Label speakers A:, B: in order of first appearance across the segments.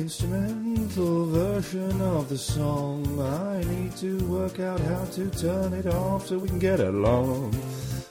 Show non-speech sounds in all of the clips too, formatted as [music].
A: instrumental version of the song. I need to work out how to turn it off so we can get along.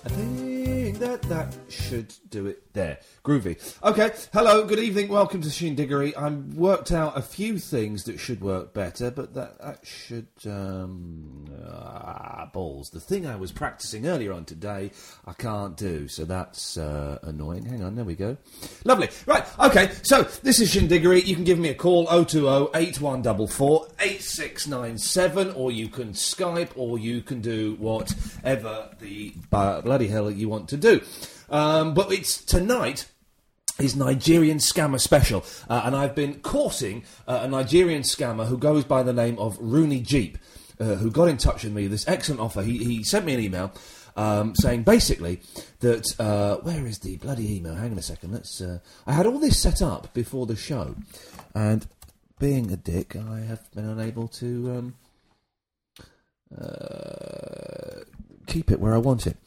A: I think that that should do it there. Groovy. Okay, hello, good evening, welcome to Shindiggery. I worked out a few things that should work better, but that, that should. Um, ah, balls. The thing I was practicing earlier on today, I can't do, so that's uh, annoying. Hang on, there we go. Lovely. Right, okay, so this is Shindiggery. You can give me a call 020 8144 8697, or you can Skype, or you can do whatever the bu- bloody hell you want to do. Um, but it's tonight is Nigerian Scammer Special. Uh, and I've been courting uh, a Nigerian scammer who goes by the name of Rooney Jeep, uh, who got in touch with me with this excellent offer. He, he sent me an email um, saying basically that, uh, where is the bloody email? Hang on a second. Let's, uh, I had all this set up before the show. And being a dick, I have been unable to um, uh, keep it where I want it.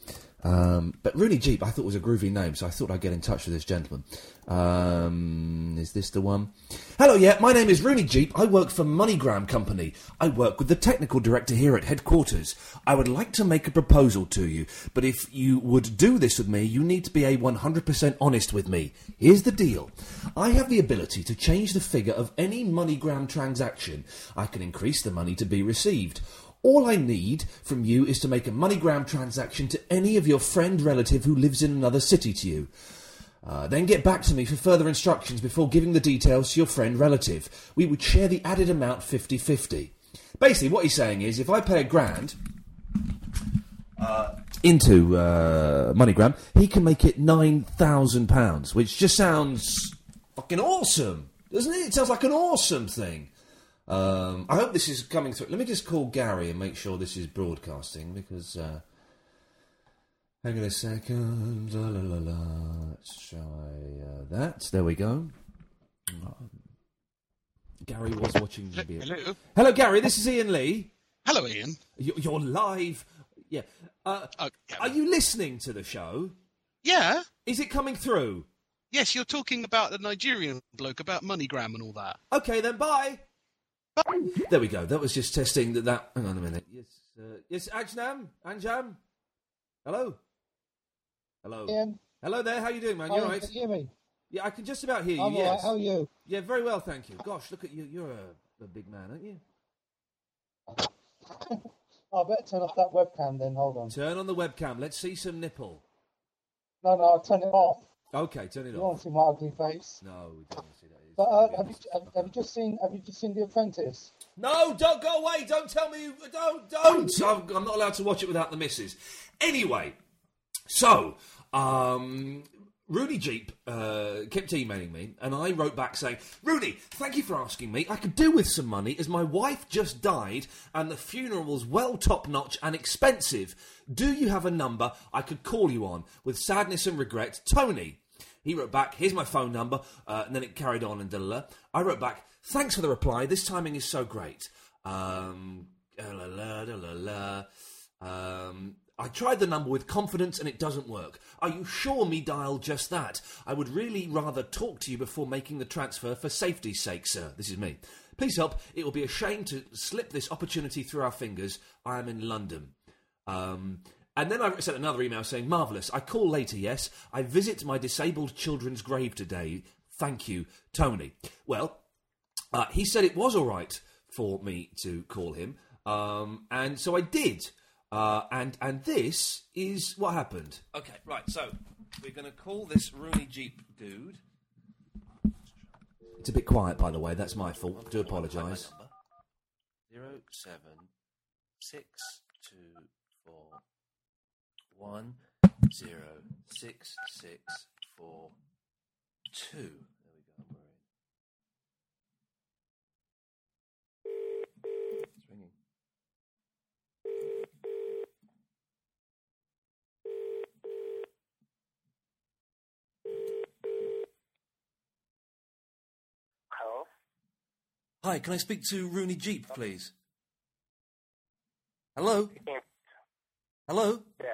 A: Um, but Rooney Jeep, I thought was a groovy name, so I thought I'd get in touch with this gentleman. Um, is this the one? Hello, yeah, my name is Rooney Jeep. I work for MoneyGram Company. I work with the technical director here at headquarters. I would like to make a proposal to you, but if you would do this with me, you need to be a 100% honest with me. Here's the deal I have the ability to change the figure of any MoneyGram transaction, I can increase the money to be received. All I need from you is to make a MoneyGram transaction to any of your friend relative who lives in another city to you. Uh, then get back to me for further instructions before giving the details to your friend relative. We would share the added amount 50 50. Basically, what he's saying is if I pay a grand uh, into uh, MoneyGram, he can make it £9,000, which just sounds fucking awesome, doesn't it? It sounds like an awesome thing. Um, I hope this is coming through. Let me just call Gary and make sure this is broadcasting because. Uh, hang on a second. La, la, la, la. Let's try uh, that. There we go. Gary was watching the video.
B: Hello.
A: Hello, Gary. This is Ian Lee.
B: Hello, Ian.
A: You- You're live. Yeah. Uh,
B: Oh, yeah.
A: are you listening to the show?
B: yeah.
A: Is it coming through?
B: Yes, you're talking about the Nigerian bloke about MoneyGram and all that.
A: Okay, then. Bye. There we go. That was just testing that. That. Hang on a minute. Yes. Uh, yes. Ajnam. Anjam. Hello. Hello.
C: Ian,
A: Hello there. How you doing, man?
C: Ian,
A: You all
C: can
A: right?
C: you hear me?
A: Yeah, I can just about hear you.
C: I'm all right.
A: yes.
C: How are you?
A: Yeah, very well, thank you. Gosh, look at you. You're a, a big man, aren't you?
C: Oh, I better turn off that webcam then. Hold on.
A: Turn on the webcam. Let's see some nipple.
C: No, no, I'll turn it off.
A: Okay, turn it
C: You
A: off.
C: want to see my ugly face?
A: No, we don't want to see that. It's
C: But uh,
A: gonna
C: have,
A: be
C: you, have, have you just seen? Have you just seen The Apprentice?
A: No, don't go away. Don't tell me. you- Don't, don't. I'm, I'm not allowed to watch it without the missus. Anyway, so, um, Rooney Jeep uh, kept emailing me, and I wrote back saying, Rooney, thank you for asking me. I could do with some money as my wife just died, and the funeral was well top notch and expensive. Do you have a number I could call you on? With sadness and regret, Tony. He wrote back, here's my phone number, uh, and then it carried on and da da da. I wrote back, thanks for the reply. This timing is so great. Um, da la la da la la. Um, I tried the number with confidence and it doesn't work. Are you sure me dial just that? I would really rather talk to you before making the transfer for safety's sake, sir. This is me. Please help. It will be a shame to slip this opportunity through our fingers. I am in London. Um, and then I sent another email saying, Marvellous. I call later, yes. I visit my disabled children's grave today. Thank you, Tony. Well, uh, he said it was all right for me to call him. Um, and so I did. Uh, and and this is what happened. Okay, right. So we're going to call this Rooney Jeep dude. It's a bit quiet, by the way. That's my fault. Do apologise.
D: Zero seven six two four one zero six six four two. There we go. It's ringing.
E: Hello?
D: Hi, can I speak to Rooney Jeep, please? Hello?
E: Yeah.
D: Hello?
E: Yeah.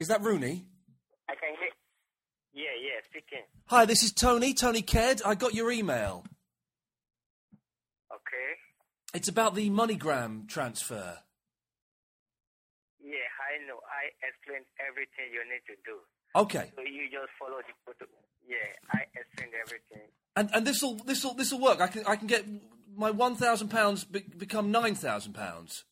D: Is that Rooney?
E: I can hear. Yeah, yeah, speaking.
D: Hi, this is Tony, Tony Ked. I got your email.
A: It's about the MoneyGram transfer.
E: Yeah, I know. I explained everything you need to do.
A: Okay.
E: So you just follow the protocol. Yeah, I explained everything.
A: And and this will this will this will work. I can I can get my one thousand pounds be- become nine thousand pounds.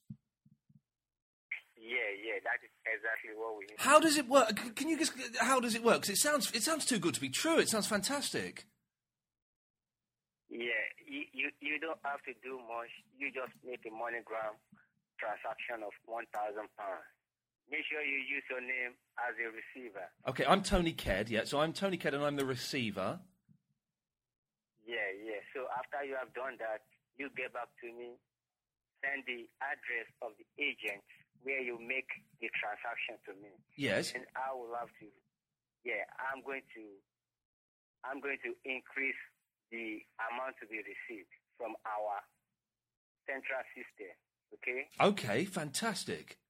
E: Yeah, yeah, that is exactly what we need.
A: How does it work? C- Can you just how does it work? 'Cause it sounds it sounds too good to be true. It sounds fantastic.
E: Yeah, you, you, you don't have to do much. You just make a MoneyGram transaction of £1,000. Make sure you use your name as a receiver.
A: Okay, I'm Tony Ked. Yeah, so I'm Tony Ked, and I'm the receiver.
E: Yeah, yeah. So after you have done that, you get back to me, send the address of the agent where you make the transaction to me.
A: Yes.
E: And I will have to, yeah, I'm going to, I'm going to increase the amount to be received from our central system. Okay.
A: Okay, fantastic.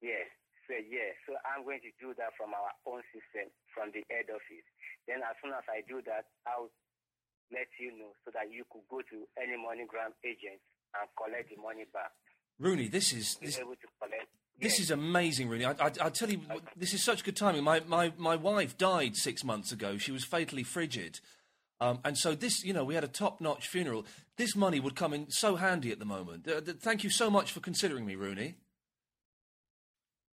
E: Yes. So yeah. So I'm going to do that from our own system, from the head office. Then as soon as I do that, I'll let you know so that you could go to any MoneyGram agent and collect the money back.
A: Rooney, this is
E: Be
A: this,
E: able to collect.
A: this is amazing, Rooney. I, I, I tell you, this is such good timing. My, my, my wife died six months ago. She was fatally frigid. Um, and so this, you know, we had a top-notch funeral. This money would come in so handy at the moment. Uh, th- thank you so much for considering me, Rooney.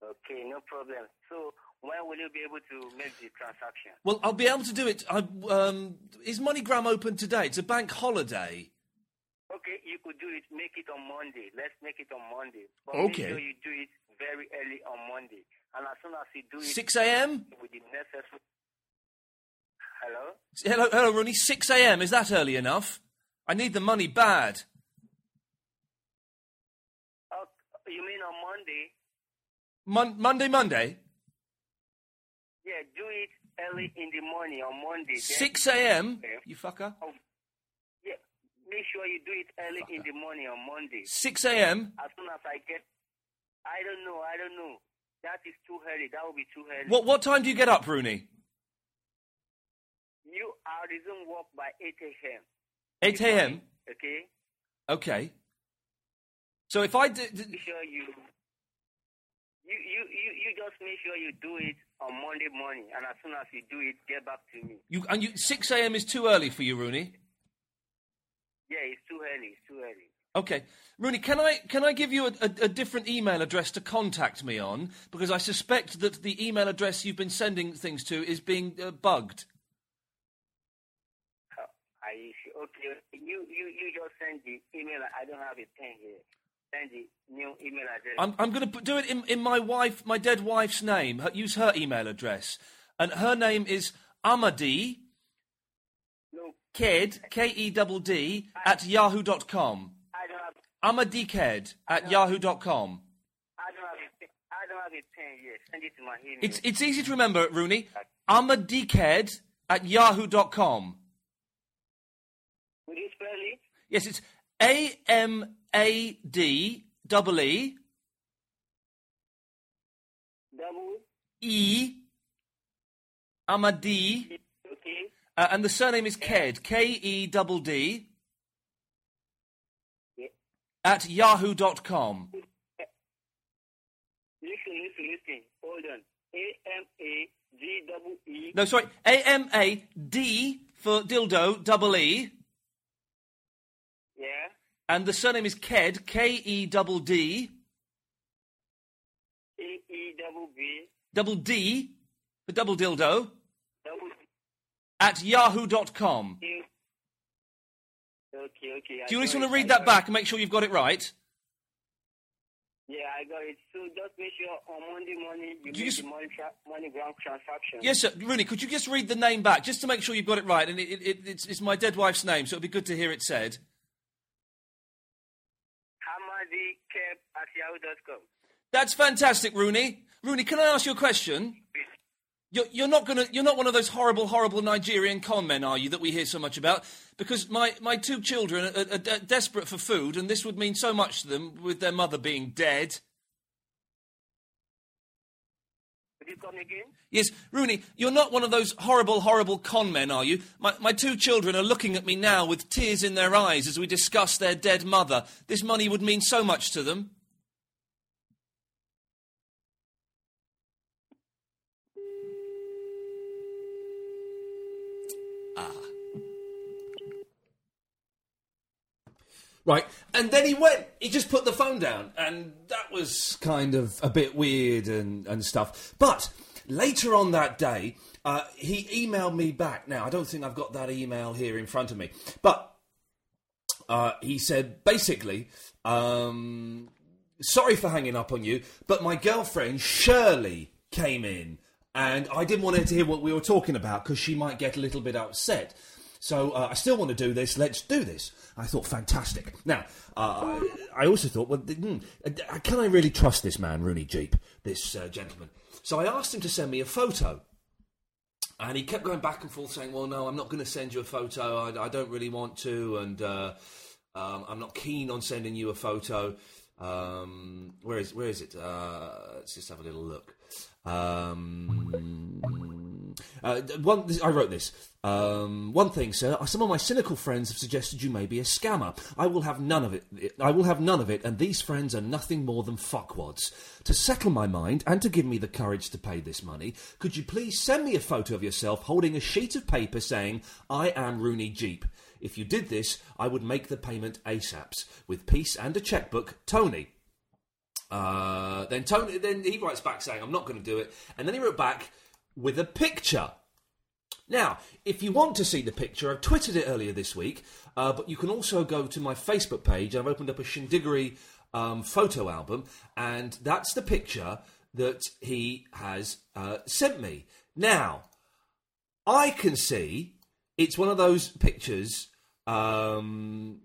E: Okay, no problem. So when will you be able to make the transaction?
A: Well, I'll be able to do it. I, um, is MoneyGram open today? It's a bank holiday.
E: Okay, you could do it. Make it on Monday. Let's make it on Monday. But make
A: Okay.
E: sure you do it very early on Monday. And as soon as you do it,
A: 6 a.m.?
E: with the necessary. Hello.
A: S- Hello, hello, Rooney. 6 a.m. Is that early enough? I need the money bad.
E: Oh, you mean on Monday?
A: Mon- Monday, Monday?
E: Yeah, do it early in the morning on Monday. then-
A: 6 a.m.? You fucker.
E: Oh, yeah, make sure you do it early in the morning on Monday.
A: 6 a.m.?
E: As soon as I get, I don't know, I don't know. That is too early. That will be too early.
A: What, what time do you get up, Rooney?
E: You are resume work by 8 a.m.
A: 8 a.m.?
E: Okay.
A: Okay. So if I did.
E: Make sure you. You, you, you, you just make sure you do it on Monday morning, and as soon as you do it, get back to me.
A: You, and you, 6 a.m. is too early for you, Rooney.
E: Yeah, it's too early. It's too early.
A: Okay, Rooney, can I can I give you a, a, a different email address to contact me on because I suspect that the email address you've been sending things to is being uh, bugged.
E: Uh, I see. Okay, you, you, you just send the email. I don't have a pen here. Send the new email address.
A: I'm I'm going to do it in, in my wife, my dead wife's name. Her, use her email address, and her name is Amadi
E: no,
A: Ked K E D D at yahoo.com.
E: I don't have.
A: Amadi Ked at yahoo.com.
E: I don't have a pen. I don't have a pen here. Send it to my email.
A: It's it's easy to remember, Rooney. Amadi Ked at yahoo.com.
E: Will you spell it?
A: Yes, it's A M A D double E
E: Double.
A: E Amadi,
E: Okay.
A: uh, and the surname is Ked K E double D
E: Yeah.
A: at yahoo.com.
E: Listen, listen, listen. Hold on. A M A G double E.
A: No, sorry, A M A D for dildo double E,
E: Yeah.
A: and the surname is Ked K E double D
E: A E double B
A: double D for double dildo
E: double
A: at yahoo.com.
E: Q. Okay, okay. I
A: Um. Do you just
E: got
A: want to
E: it, I
A: read that
E: got
A: back and make sure you've got it right?
E: it. Yeah, I got it. So just make sure on Monday morning you
A: Do you
E: make
A: s-
E: the money, tra- money ground transaction.
A: Yes, sir. Rooney, could you just read the name back, just to make sure you've got it right? And it, it, it, it's, it's my dead wife's name, so it'd be good to hear it said.
E: Hamadi Keb at yahoo.com.
A: That's fantastic, Rooney. Rooney, can I ask you a question? You're, you're not gonna, you're not one of those horrible, horrible Nigerian con men, are you? That we hear so much about? Because my, my two children are, are, de- desperate for food, and this would mean so much to them with their mother being dead.
E: Did you come again?
F: Yes, Rooney, you're not one of those horrible, horrible con men, are you? My, my two children are looking at me now with tears in their eyes as we discuss their dead mother. This money would mean so much to them.
A: Right. And then he went, he just put the phone down. And that was kind of a bit weird and, and stuff. But later on that day, uh, he emailed me back. Now, I don't think I've got that email here in front of me. But uh, he said basically, um, sorry for hanging up on you, but my girlfriend Shirley came in and I didn't want her to hear what we were talking about because she might get a little bit upset. So uh, I still want to do this. Let's do this. I thought fantastic. Now uh, I also thought, well, th- hmm, uh, can I really trust this man, Rooney Jeep, this uh, gentleman? So I asked him to send me a photo. And he kept going back and forth saying, Well, no, I'm not going to send you a photo. I, I don't really want to. And uh, um, I'm not keen on sending you a photo. Um, where, is, where is it? Uh, let's just have a little look. Um, uh, d- one, this- I wrote this. Um, one thing, sir. Some of my cynical friends have suggested you may be a scammer. I will have none of it. I will have none of it. And these friends are nothing more than fuckwads. To settle my mind and to give me the courage to pay this money, could you please send me a photo of yourself holding a sheet of paper saying, "I am Rooney Jeep." If you did this, I would make the payment ASAPs with peace and a checkbook, Tony. Uh, then Tony, then he writes back saying, "I'm not going to do it," and then he wrote back with a picture. Now, if you want to see the picture, I've tweeted it earlier this week, uh, but you can also go to my Facebook page. I've opened up a Shindiggery um, photo album, and that's the picture that he has uh, sent me. Now, I can see it's one of those pictures. Um,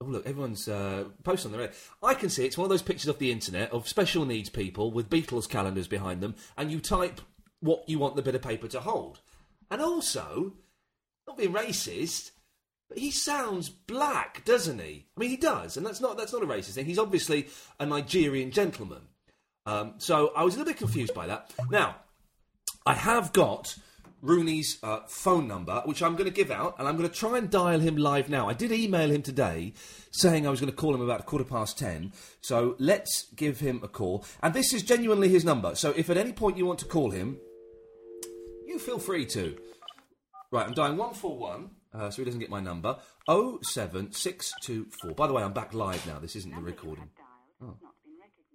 A: oh look, everyone's uh, posting on their. I can see it's one of those pictures off the internet of special needs people with Beatles calendars behind them, and you type what you want the bit of paper to hold. And also, not being racist, but he sounds black, doesn't he? I mean, he does, and that's not that's not a racist thing. He's obviously a Nigerian gentleman. Um, so I was a little bit confused by that. Now, I have got Rooney's uh, phone number, which I'm going to give out, and I'm going to try and dial him live now. I did email him today saying I was going to call him about a quarter past ten, so let's give him a call. And this is genuinely his number, so if at any point you want to call him, you feel free to. Right, I'm dialing 141, uh, so he doesn't get my number. 07624. By the way, I'm back live now, this isn't the recording. Oh.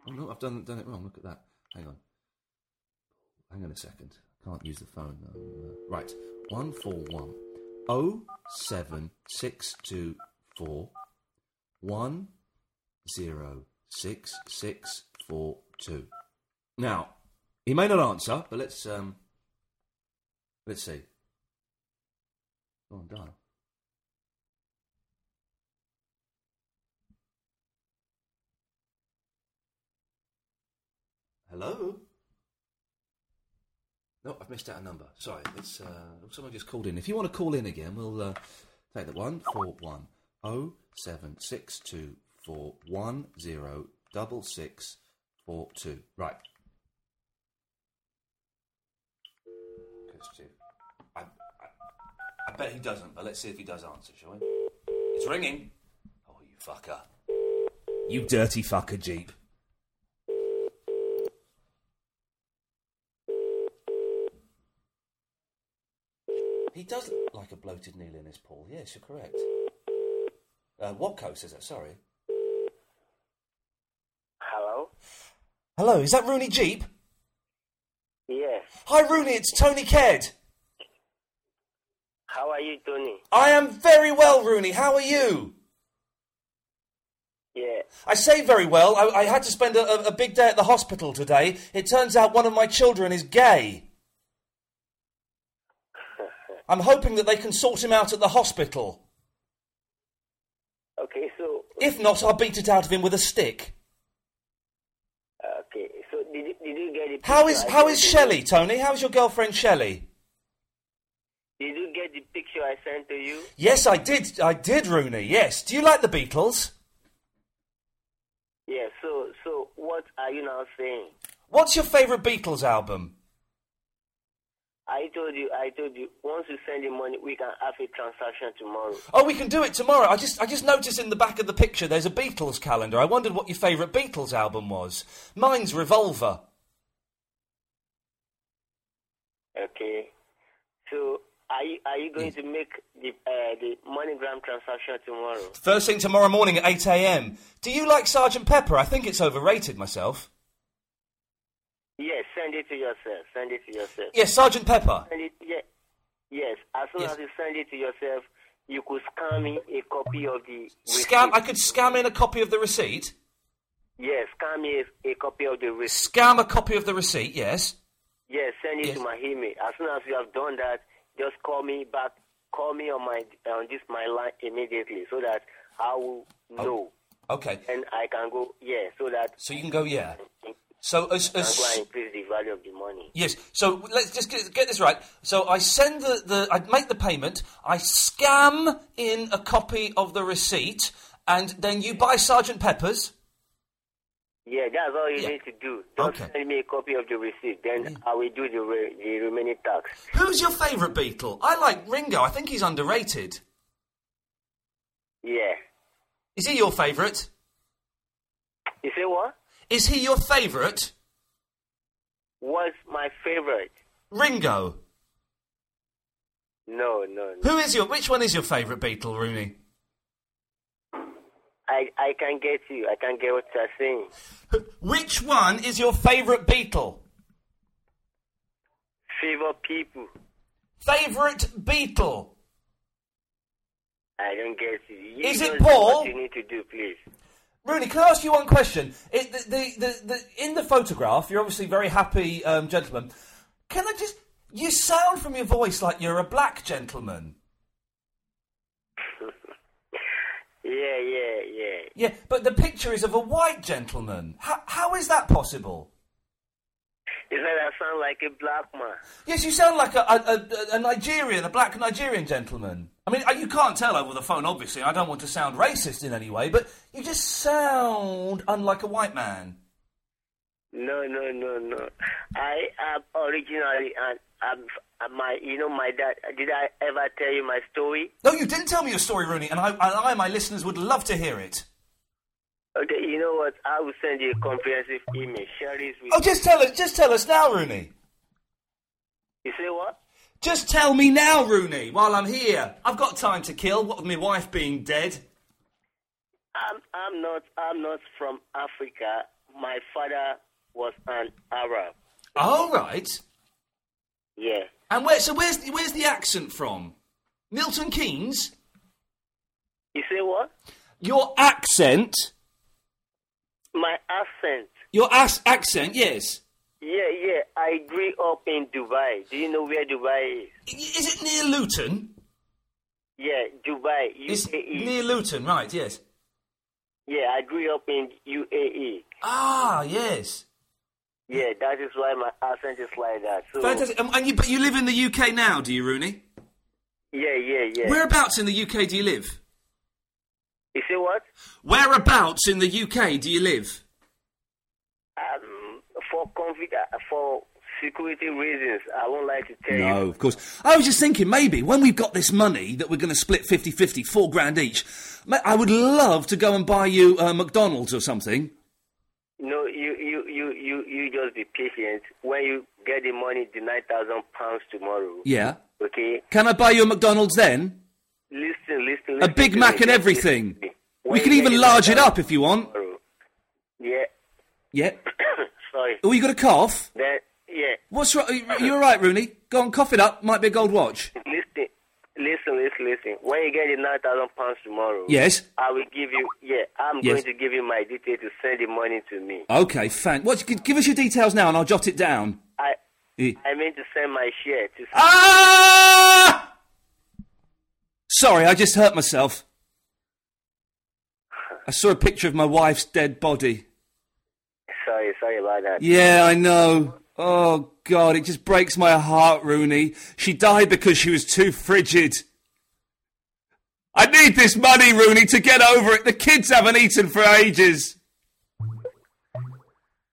A: oh, no, I've done, done it wrong, look at that. Hang on. Hang on a second. Can't use the phone. though. Uh, right. One four one oh seven six two four one zero six six four two. Now, he may not answer, but let's um, let's see. Go on, dial. Hello. No, I've missed out a number. Sorry, it's uh, someone just called in. If you want to call in again, we'll uh, take the one four one oh seven six two four one zero double six four two. Right. Because I, I, I bet he doesn't, but let's see if he does answer, shall we? It's ringing. Oh, you fucker! You dirty fucker, Jeep. He does look like a bloated Neil Innes, Paul. Yes, you're correct. Uh, Watco says that, sorry.
E: Hello?
A: Hello, is that Rooney Jeep?
E: Yes.
A: Hi, Rooney, it's Tony Ked.
E: How are you, Tony?
A: I am very well, Rooney. How are you?
E: Yeah.
A: I say very well. I, I had to spend a, a- a big day at the hospital today. It turns out one of my children is gay. I'm hoping that they can sort him out at the hospital.
E: Okay, so
A: If not, I'll beat it out of him with a stick.
E: okay, so did you, did you get the picture?
A: How is
E: I
A: how
E: sent
A: is
E: you?
A: Shelley, Tony? How's your girlfriend Shelley?
E: Did you get the picture I sent to you?
A: Yes, I did. I did, Rooney. Yes. Do you like the Beatles?
E: Yeah. So so what are you now saying?
A: What's your favourite Beatles album?
E: I told you, I told you, once you send the money, we can have a transaction tomorrow.
A: Oh, we can do it tomorrow. I just I just noticed in the back of the picture there's a Beatles calendar. I wondered what your favourite Beatles album was. Mine's Revolver.
E: Okay. So are you, are you going to make the uh, the MoneyGram transaction tomorrow?
A: First thing tomorrow morning at 8 a.m. Do you like Sergeant Pepper? I think it's overrated myself.
E: Yes, send it to yourself. Send it to yourself.
A: Yes, Sergeant Pepper.
E: Send it, yeah. Yes, as soon as you send it to yourself, you could scan me a copy of the
A: Scam. I could scam in a copy of the receipt.
E: Yes, scan me a, a copy of the receipt.
A: Scam a copy of the receipt. Yes.
E: Yes, send it to my email. As soon as you have done that, just call me back. Call me on my on this my line immediately so that I will know
A: Oh, Okay.
E: and I can go. Yeah, so that
A: So you can go. Yeah. So as,
E: I can go
A: as,
E: and increase the value of the money.
A: Yes. So let's just get, get this right. So I send the, the I make the payment. I scam in a copy of the receipt, and then you buy Sergeant Pepper's.
E: Yeah, that's all you need to do. Just send me a copy of the receipt, then I will do the re- the remaining tax.
A: Who's your favourite Beatle? I like Ringo. I think he's underrated.
E: Yeah.
A: Is he your favourite?
E: You say what?
A: Is he your favourite?
E: What's my favorite?
A: Ringo.
E: No, no, no.
A: Who is your? Which one is your favourite Beatle, Rooney?
E: I I can get you. I can get what you're saying.
A: Which one is your favourite Beatle?
E: Favor people.
A: Favourite Beatle.
E: I don't get you. you
A: Is it
E: just do
A: Paul?
E: What you need to do, please.
A: Rooney, can I ask you one question? It, the, the, the, the, in the photograph, you're obviously a very happy um, gentleman. Can I just? You sound from your voice like you're a black gentleman.
E: [laughs] Yeah, yeah, yeah.
A: Yeah, but the picture is of a white gentleman. How, how is that possible?
E: It's like I sound like a black man.
A: Yes, you sound like a, a, a, a Nigerian, a black Nigerian gentleman. I mean, uh, you can't tell over the phone, obviously. I don't want to sound racist in any way, but you just sound unlike a white man.
E: No, no, no, no. I am originally and I'm, I'm my. You know, my dad. Did I ever tell you my story?
A: No, you didn't tell me your story, Rooney, and I, and I, my listeners, would love to hear it.
E: Okay, you know what? I will send you a comprehensive email. Share this with.
A: Oh, just tell us, just tell us now, Rooney.
E: You say what?
A: Just tell me now, Rooney, while I'm here. I've got time to kill. What with my wife being dead?
E: I'm I'm not I'm not from Africa. My father was an Arab.
A: All right.
E: Yeah.
A: And where? So where's the, where's the accent from? Milton Keynes.
E: You say what?
A: Your accent.
E: My accent.
A: Your ass accent. Yes.
E: Yeah, yeah. I grew up in Dubai. Do you know where Dubai is?
A: I- Is it near Luton?
E: Yeah, Dubai, E. UAE.
A: It's near Luton, right? Yes.
E: yeah, I grew up in UAE.
A: Ah, yes.
E: Yeah, that is why my accent is like that. So
A: Fantastic. Um, and you, but you live in the UK now, do you, Rooney?
E: yeah, yeah, yeah.
A: Whereabouts in the UK do you live?
E: you say what?
A: Whereabouts in the UK do you live?
E: Um, for convict, uh, for security reasons, I won't like to tell you.
A: No, of course. I was just thinking maybe when we've got this money that we're going to split 50 50, four grand each, ma- I would love to go and buy you uh, McDonald's or something.
E: No, you, you, you, you, you just be patient. When you get the money, the nine thousand pounds tomorrow.
A: Yeah.
E: Okay.
A: Can I buy you a McDonald's then?
E: Listen,
A: A
E: listen. listen
A: Big
E: to
A: Mac
E: me.
A: and everything.
E: Listen to me.
A: We
E: When
A: can
E: you
A: even
E: get the
A: large it up
E: £9,000
A: if you want.
E: tomorrow, Yeah. [coughs]
A: Yeah.
E: Sorry.
A: [coughs] Oh, you got a cough?
E: Then yeah.
A: What's wrong? You're right, Rooney. Go on, cough it up. Might be a gold watch.
E: Listen, listen, listen, listen. When you get the nine thousand pounds tomorrow,
A: Yes.
E: I will give you. Yeah, I'm
A: Yes.
E: going to give you my detail to send the money to me.
A: Okay, fan. What? g- Give us your details now, and I'll jot it down.
E: I
A: Eh.
E: I mean to send my share to.
A: Ah! Sorry, I just hurt myself. I saw a picture of my wife's dead body.
E: Sorry, sorry about that.
A: Yeah, I know. Oh God, it just breaks my heart, Rooney. She died because she was too frigid. I need this money, Rooney, to get over it. The kids haven't eaten for ages.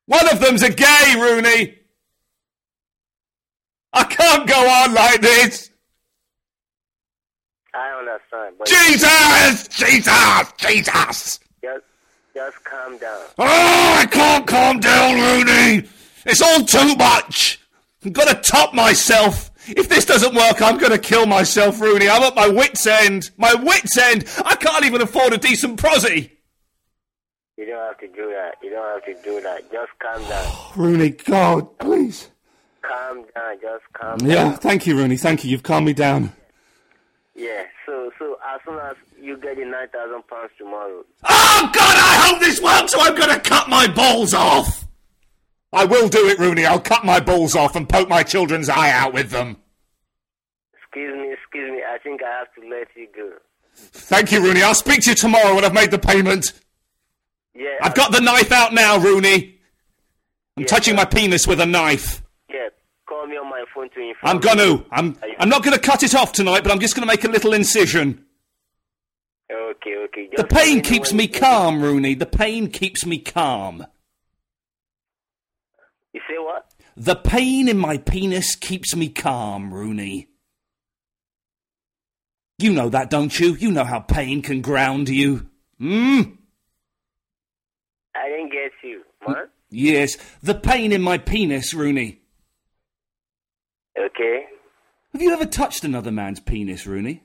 A: One of them's a gay, Rooney. I can't go on like this.
E: I understand. But
A: Jesus! Jesus! Jesus!
E: Just, just calm down.
A: Oh, I can't calm down, Rooney. It's all too much. I'm gonna top myself. If this doesn't work, I'm gonna kill myself, Rooney. I'm at my wits' end. My wits' end. I can't even afford a decent prosy.
E: You don't have to do that. You don't have to do that. Just calm down.
A: Rooney, God, please.
E: calm down. Just calm
A: Yeah,
E: down.
A: thank you, Rooney. Thank you. You've calmed me down.
E: Yeah. So, so as soon as you get the nine thousand pounds tomorrow,
A: Oh God, I hope this works, or I'm gonna cut my balls off. I will do it, Rooney. I'll cut my balls off and poke my children's eye out with them.
E: excuse me, excuse me. I think I have to let you go.
A: Thank you, Rooney. I'll speak to you tomorrow when I've made the payment.
E: Yeah.
A: I've got the knife out now, Rooney. I'm touching my penis with a knife.
E: Yeah. Call me on my phone to inform.
A: I'm
E: me.
A: gonna. I'm. I'm not gonna cut it off tonight, but I'm just gonna make a little incision.
E: Okay. Okay.
A: The
E: Just let
A: pain
E: know
A: keeps
E: when
A: me
E: you go.
A: calm, Rooney. The pain keeps me calm.
E: You say what?
A: The pain in my penis keeps me calm, Rooney. You know that, don't you? You know how pain can ground you. Hmm?
E: I didn't get you, man.
A: Yes, the pain in my penis, Rooney.
E: Okay.
A: Have you ever touched another man's penis, Rooney?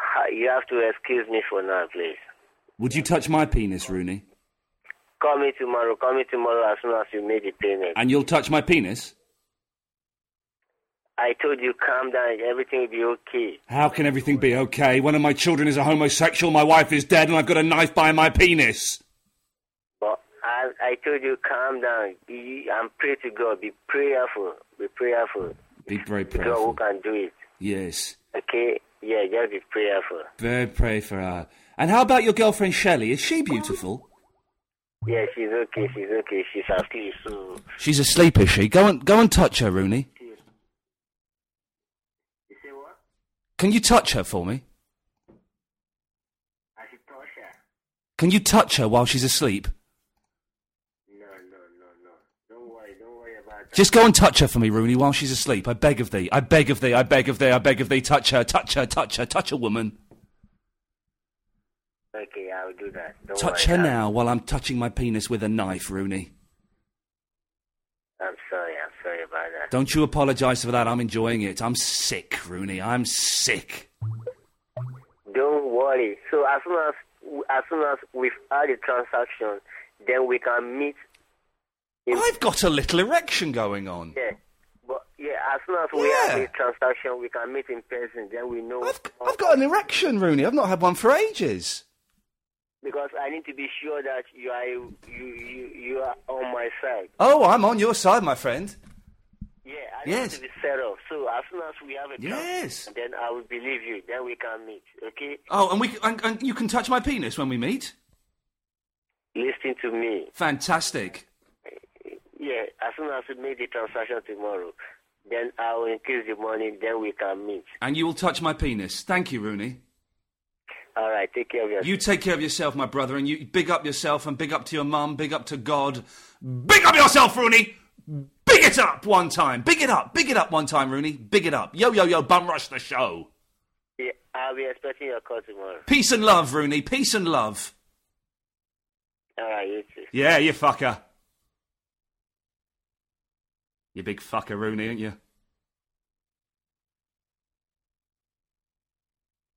E: Ha- You have to excuse me for now, please.
A: Would you touch my penis, Rooney?
E: Call me tomorrow. Call me tomorrow as soon as you make the payment.
A: And you'll touch my penis?
E: I told you, calm down. Everything will be okay.
A: How can everything be okay? One of my children is a homosexual, my wife is dead, and I've got a knife by my penis.
E: But I, I told you, calm down. Be, and pray to God. Be prayerful. Be prayerful.
A: Be very
E: To God
A: prayerful.
E: who can do it.
A: Yes,
E: Okay? Yeah, just be prayerful.
A: very pray for her. And how about your girlfriend Shelley? Is she beautiful?
E: Yeah, she's okay. She's okay. She's asleep. So
A: She's asleep, is she? Go and go and touch her, Rooney. Can you touch her for me? Can you touch her while she's asleep? Just go and touch her for me, Rooney, while she's asleep. I beg of thee. I beg of thee. I beg of thee. I beg of thee. Touch her. Touch her. Touch her. Touch a woman.
E: okay, I'll do that. Don't
A: Touch
E: worry.
A: her now while I'm touching my penis with a knife, Rooney.
E: I'm sorry. I'm sorry about that.
A: Don't you apologise for that. I'm enjoying it. I'm sick, Rooney. I'm sick.
E: Don't worry. So as soon as as soon as we've had the transaction, then we can meet.
A: I've got a little erection going on.
E: Yeah, but yeah, as soon as we have the transaction, we can meet in person. Then we know
A: I've got an erection, Rooney. I've not had one for ages.
E: because I need to be sure that you are you you you are on my side.
A: Oh, I'm on your side, my friend.
E: Yeah, I need
A: Yes.
E: to be set up. So as soon as we have a
A: Yes.
E: transaction, then I will believe you. Then we can meet. Okay,
A: Oh, and we c- and, and you can touch my penis when we meet.
E: listen to me.
A: Fantastic.
E: Yeah, as soon as we make the transaction tomorrow, then I will increase the money. Then we can meet.
A: And you will touch my penis. Thank you, Rooney.
E: All right, take care of yourself.
A: You take care of yourself, my brother, and you big up yourself and big up to your mum, big up to God. Big up yourself, Rooney. Big it up one time. Big it up. Big it up one time, Rooney. Big it up. Yo, yo, yo, bum rush the show.
E: Yeah, I'll be expecting your call tomorrow.
A: Peace and love, Rooney. Peace and love.
E: All right, you too.
A: Yeah, you fucker. You big fucker, Rooney, ain't you?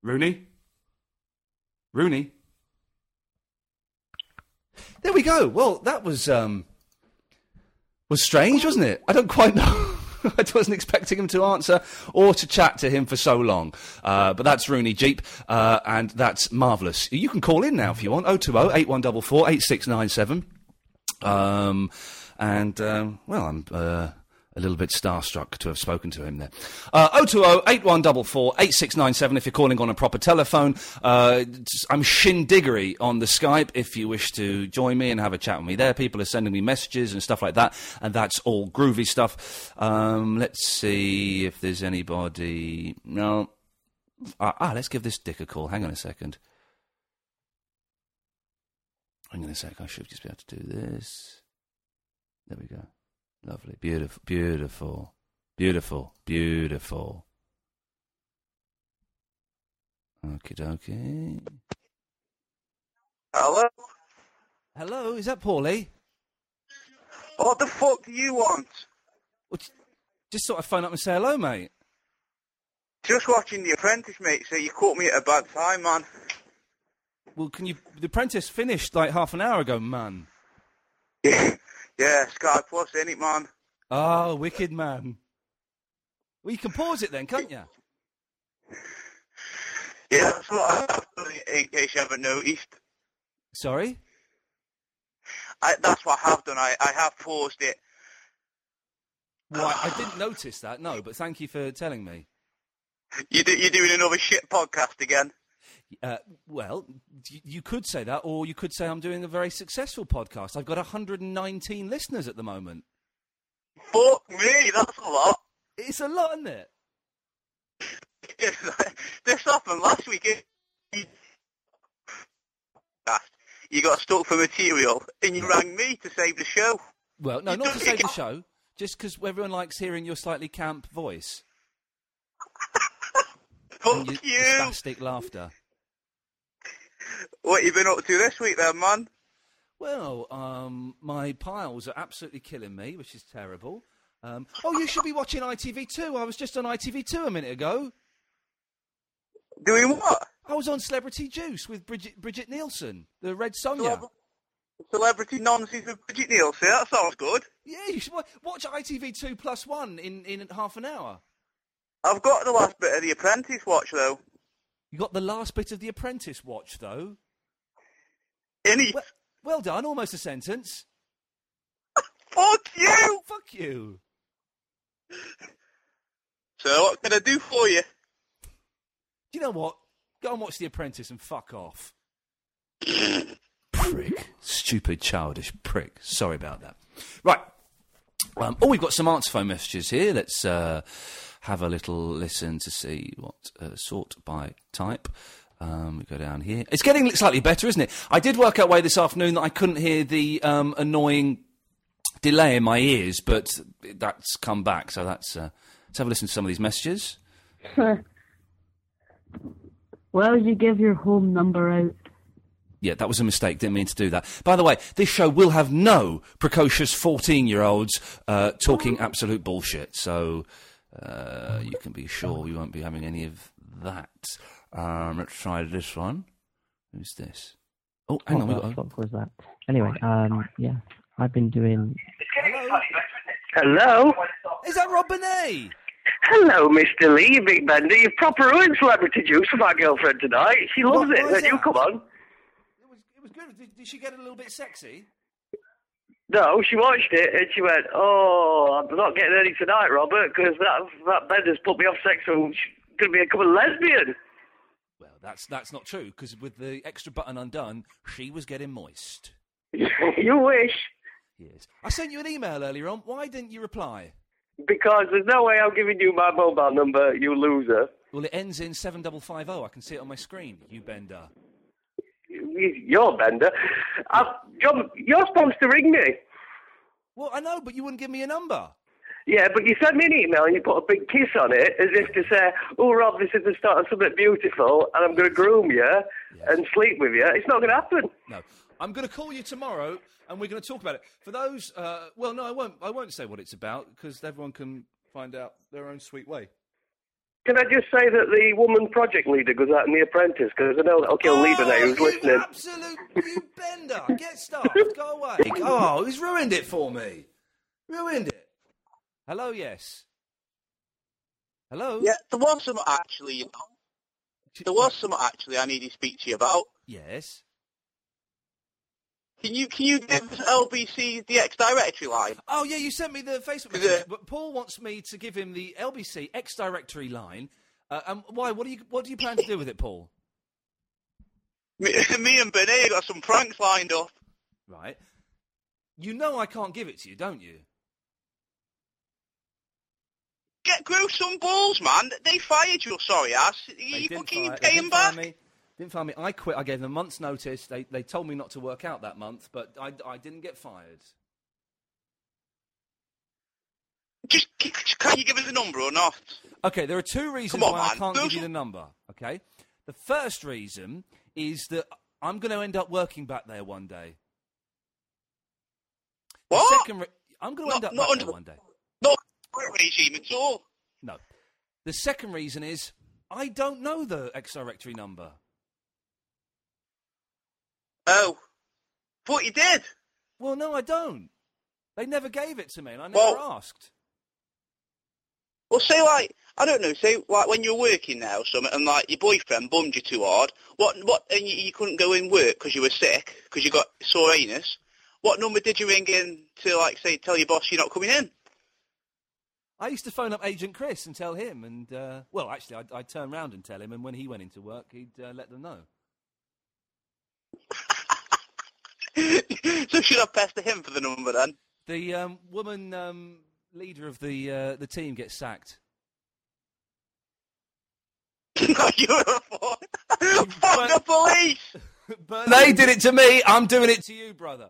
A: Rooney? Rooney? There we go. Well, that was, um, was strange, wasn't it? I don't quite know. [laughs] I wasn't expecting him to answer or to chat to him for so long. Uh, but that's Rooney Jeep, uh, and that's marvellous. You can call in now if you want 020 8144 8697. Um, and, um, well, I'm uh, a little bit starstruck to have spoken to him there. Uh, 020 8144 8697 if you're calling on a proper telephone. Uh, s- I'm shindiggery on the Skype if you wish to join me and have a chat with me there. People are sending me messages and stuff like that, and that's all groovy stuff. Um, let's see if there's anybody. No. Ah, ah, let's give this dick a call. Hang on a second. Hang on a sec. I should just be able to do this. There we go. Lovely. Beautiful. Beautiful. Beautiful. Beautiful. Okie dokie.
G: Hello?
A: Hello, is that Paulie?
G: What the fuck do you want?
A: Just thought I'd phone up and say hello, mate.
G: Just watching The Apprentice, mate, so you caught me at a bad time, man.
A: Well, can you. The apprentice finished like half an hour ago, man.
G: Yeah, Sky Plus, ain't it, man?
A: Oh, wicked man. Well, you can pause it then, can't you?
G: Yeah, that's what I have done, in case you haven't noticed.
A: Sorry?
G: I, that's what I have done. I, I have paused it.
A: Well, I, I didn't notice that, no, but thank you for telling me.
G: You do, you're doing another shit podcast again.
A: Uh, well, y- you could say that, or you could say I'm doing a very successful podcast. I've got 119 listeners at the moment.
G: Fuck me, that's a lot. [laughs]
A: It's a lot, isn't it?
G: this happened last week. eh? You got stuck for material, and you rang me to save the show.
A: Well, no, not to save the show, just because everyone likes hearing your slightly camp voice. Fuck you! Spastic laughter.
G: What you been up to this week, then, man?
A: Well, um, my piles are absolutely killing me, which is terrible. Um, oh, you should be watching ITV2. I was just on ITV2 a minute ago.
G: Doing what?
A: I was on Celebrity Juice with Bridget, Bridget Nielsen, the Red Sonja.
G: Celebrity nonsense with Bridget Nielsen. That sounds good.
A: Yeah, you should wa- watch ITV2 plus one in, in half an hour.
G: I've got the last bit of The Apprentice watch though.
A: You got the last bit of The Apprentice watch, though.
G: Any?
A: Well, well done, almost a sentence.
G: [laughs] Fuck you!
A: [laughs] Fuck you.
G: So what can I do for you?
A: Do you know what? Go and watch The Apprentice and fuck off. prick. Stupid, childish prick. Sorry about that. Right. Um, oh, we've got some answer phone messages here. Let's uh, have a little listen to see what uh, sort by type. Um, we go down here. It's getting slightly better, isn't it? I did work out way this afternoon that I couldn't hear the um, annoying delay in my ears, but that's come back. So that's uh, let's have a listen to some of these messages.
H: Well, you give your home number out.
A: Yeah, that was a mistake. Didn't mean to do that. By the way, this show will have no precocious 14 year olds uh, talking absolute bullshit. So uh, you can be sure we won't be having any of that. Um, let's try this one. Who's this? Oh, hang
C: What
A: on. We
C: the
A: got
C: fuck was that? Anyway, um, yeah, I've been doing.
A: Hello?
I: Hello?
A: Is that Rob Benet?
I: Hello, Mr. Lee, Big Bender. You've proper ruined celebrity juice for my girlfriend tonight. She loves
A: What
I: it.
A: was
I: Then you
A: that?
I: come on.
A: It was good. Did, did she get a little bit sexy?
I: No, she watched it and she went, "Oh, I'm not getting any tonight, Robert, because that that Bender's put me off sex, so she's gonna be a couple of lesbian." [laughs]
A: Well, that's, that's not true because with the extra button undone, she was getting moist.
I: you wish,
A: Yes. I sent you an email earlier on. Why didn't you reply?
I: because there's no way I'm giving you my mobile number, you loser.
A: Well, it ends in 7550. oh. I can see it on my screen, you bender.
I: You're Bender. Um, i John, you're supposed to ring me.
A: Well, I know, but you wouldn't give me a number.
I: Yeah, but you sent me an email and you put a big kiss on it as if to say, oh, Rob, this is the start of something beautiful and I'm going to groom you and sleep with you. It's not going to happen.
A: No. I'm going to call you tomorrow and we're going to talk about it. For those, uh, well, no, I won't. I won't say what it's about because everyone can find out their own sweet way.
I: Can I just say that the woman project leader goes out in The Apprentice because I know that'll kill oh, Lieberman who's listening.
A: Absolute you bender. Get stuffed. Go
I: [laughs]
A: away. Oh, he's ruined it for me. Ruined it. Hello, yes. Hello.
G: Yeah, there was some actually. You know, there was some actually. I need to speak to you about.
A: Yes.
G: Can you can you give us LBC's DX directory line?
A: Oh yeah, you sent me the Facebook message. But Paul wants me to give him the LBC X directory line. Uh, um, why? What do you What do you plan to do with it, Paul?
G: Me, [laughs] me and Benet got some pranks lined up.
A: Right. You know I can't give it to you, don't you?
G: Get grow some balls, man. They fired you, sorry ass. You
A: They didn't
G: fucking
A: fire- they
G: paying
A: didn't fire
G: back.
A: me. Didn't fire me. I quit. I gave them a month's notice. They they told me not to work out that month, but I I didn't get fired.
G: Just can you give us a number or not?
A: Okay, there are two reasons
G: Come on,
A: why I
G: man.
A: can't give you the number. Okay, the first reason is that I'm going to end up working back there one day. What? The second re- I'm going to end up back there one day.
G: Not regime at all.
A: No. The second reason is I don't know the ex-directory number.
G: Oh, thought you did.
A: Well, no, I don't. They never gave it to me, and I never
G: Well-
A: asked.
G: Well, say like I don't know. Say like when you're working now, or something, and like your boyfriend bummed you too hard. What? What? And you, you couldn't go in work because you were sick because you got sore anus. What number did you ring in to like say tell your boss you're not coming in? [laughs]
A: I used to phone up Agent Chris and tell him, and uh, well, actually, I'd, I'd turn round and tell him, and when he went into work, he'd uh, let them know.
G: so should I pester him for the number then?
A: The um, woman um, leader of the uh, the team gets sacked.
G: [laughs] You're a Fuck the police!
A: They did it to me. I'm doing it to you, brother.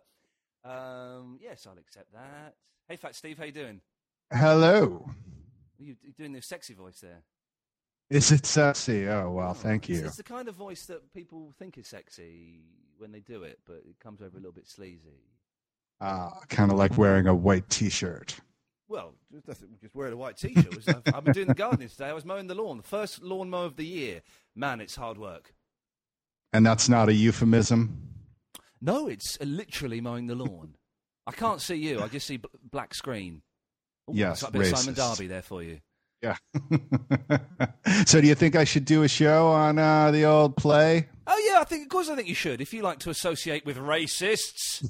A: Um, yes, I'll accept that. Hey, Fat Steve, how you doing?
J: Hello.
A: You you doing the sexy voice there?
J: Is it sexy? Oh, well, thank
A: It's-
J: you.
A: It's the kind of voice that people think is sexy when they do it, but it comes over a little bit sleazy.
J: Uh, kind of like wearing a white t shirt.
A: Well, just, that's it, just wearing a white t-shirt. was- I've, I've been doing the gardening today. I was mowing the lawn, the first lawn mow of the year. Man, it's hard work.
J: And that's not a euphemism. [laughs]
A: No, it's uh, literally mowing the lawn. I can't see you. I just see b- black screen. Ooh,
J: Yes,
A: it's like a bit of Simon
J: racist.
A: Darby there for you.
J: Yeah. so, do you think I should do a show on uh, the old play [laughs]
A: Oh yeah, I think of course I think you should. If you like to associate with racists,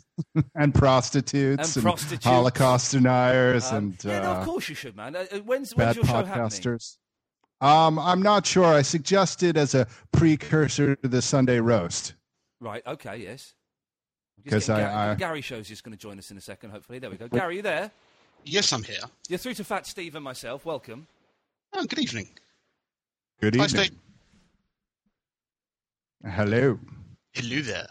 J: and prostitutes
A: And prostitutes.
J: Holocaust deniers
A: um,
J: and
A: yeah, no,
J: uh,
A: of course you should, man. Uh, uh, when's, when's
J: bad
A: your show happening?
J: podcasters? Um, I'm not sure. I suggested as a precursor to the Sunday roast.
A: Right. Okay. Yes. I'm just
J: 'Cause
A: getting
J: I-
A: Gary,
J: I-
A: Gary show's just going to join us in a second. Hopefully, there we go. Gary, you there?
B: Yes, I'm here.
A: You're through to Fat Steve and myself. Welcome.
B: Oh, good evening.
J: Good
B: Hi,
J: evening. Hello.
B: Hello there.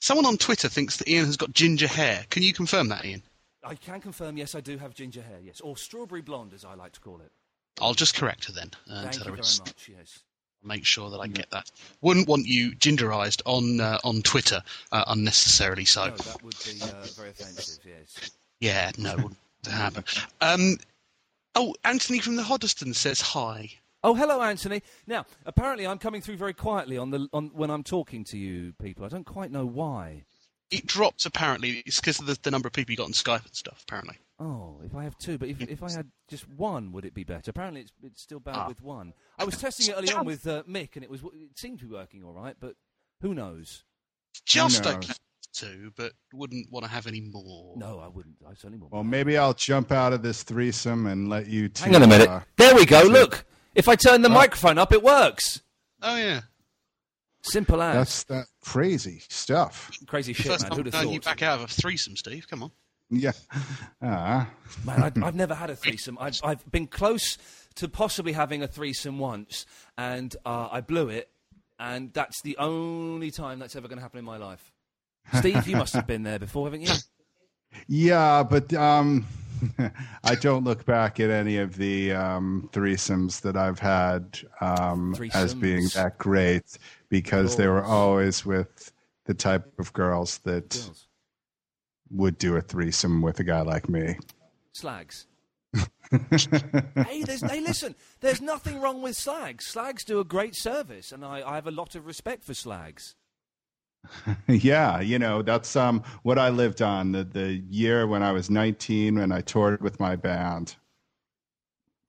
B: Someone on Twitter thinks that Ian has got ginger hair. Can you confirm that, Ian?
A: I can confirm. Yes, I do have ginger hair. Yes, or strawberry blonde, as I like to call it.
B: I'll just correct her then. Uh,
A: Thank
B: tell
A: you
B: her
A: very
B: it's-
A: much. Yes.
B: Make sure that I get that. Wouldn't want you gingerized on uh, on Twitter uh, unnecessarily. So
A: No, that would be uh, very offensive. Yes.
B: yeah, no, wouldn't happen. Um, oh, Anthony from the Hoddesdon says hi.
A: Oh, hello, Anthony. Now, apparently, I'm coming through very quietly on the on when I'm talking to you people. I don't quite know why.
B: It dropped apparently. It's because of the, the number of people you got on Skype and stuff. Apparently,
A: Oh, if I have two, but if, if I had just one, would it be better? Apparently, it's, it's still bad
B: Ah.
A: with one. I was testing it early on with uh, Mick, and it was it seemed to be working all right, but who knows?
B: just okay too, but wouldn't want to have any more.
A: No, I wouldn't. I certainly wouldn't.
J: Well, maybe I'll jump out of this threesome and let you. Two,
A: Hang on a minute.
J: uh,
A: there we go. Look, if I turn the microphone up, it works.
B: Oh yeah.
A: Simple as
J: that's that crazy stuff.
A: crazy shit,
B: First
A: man.
B: time
A: Who'd have
B: I've known you
A: thought?
B: back out of a threesome, Steve. Come on.
J: Yeah. Uh,
A: Man, I, I've never had a threesome. I've, I've been close to possibly having a threesome once, and uh, I blew it, and that's the only time that's ever going to happen in my life. Steve, you must have been there before, haven't you?
J: [laughs] yeah, but um, [laughs] I don't look back at any of the um, threesomes that I've had um, as being
A: Threesomes.
J: that great because they were always with the type of girls that would do a threesome with a guy like me.
A: Slags.
J: [laughs]
A: hey, there's, hey, listen, there's nothing wrong with slags. Slags do a great service, and I, I have a lot of respect for slags.
J: [laughs] yeah, you know, that's um, what I lived on the, the year when I was 19 when I toured with my band.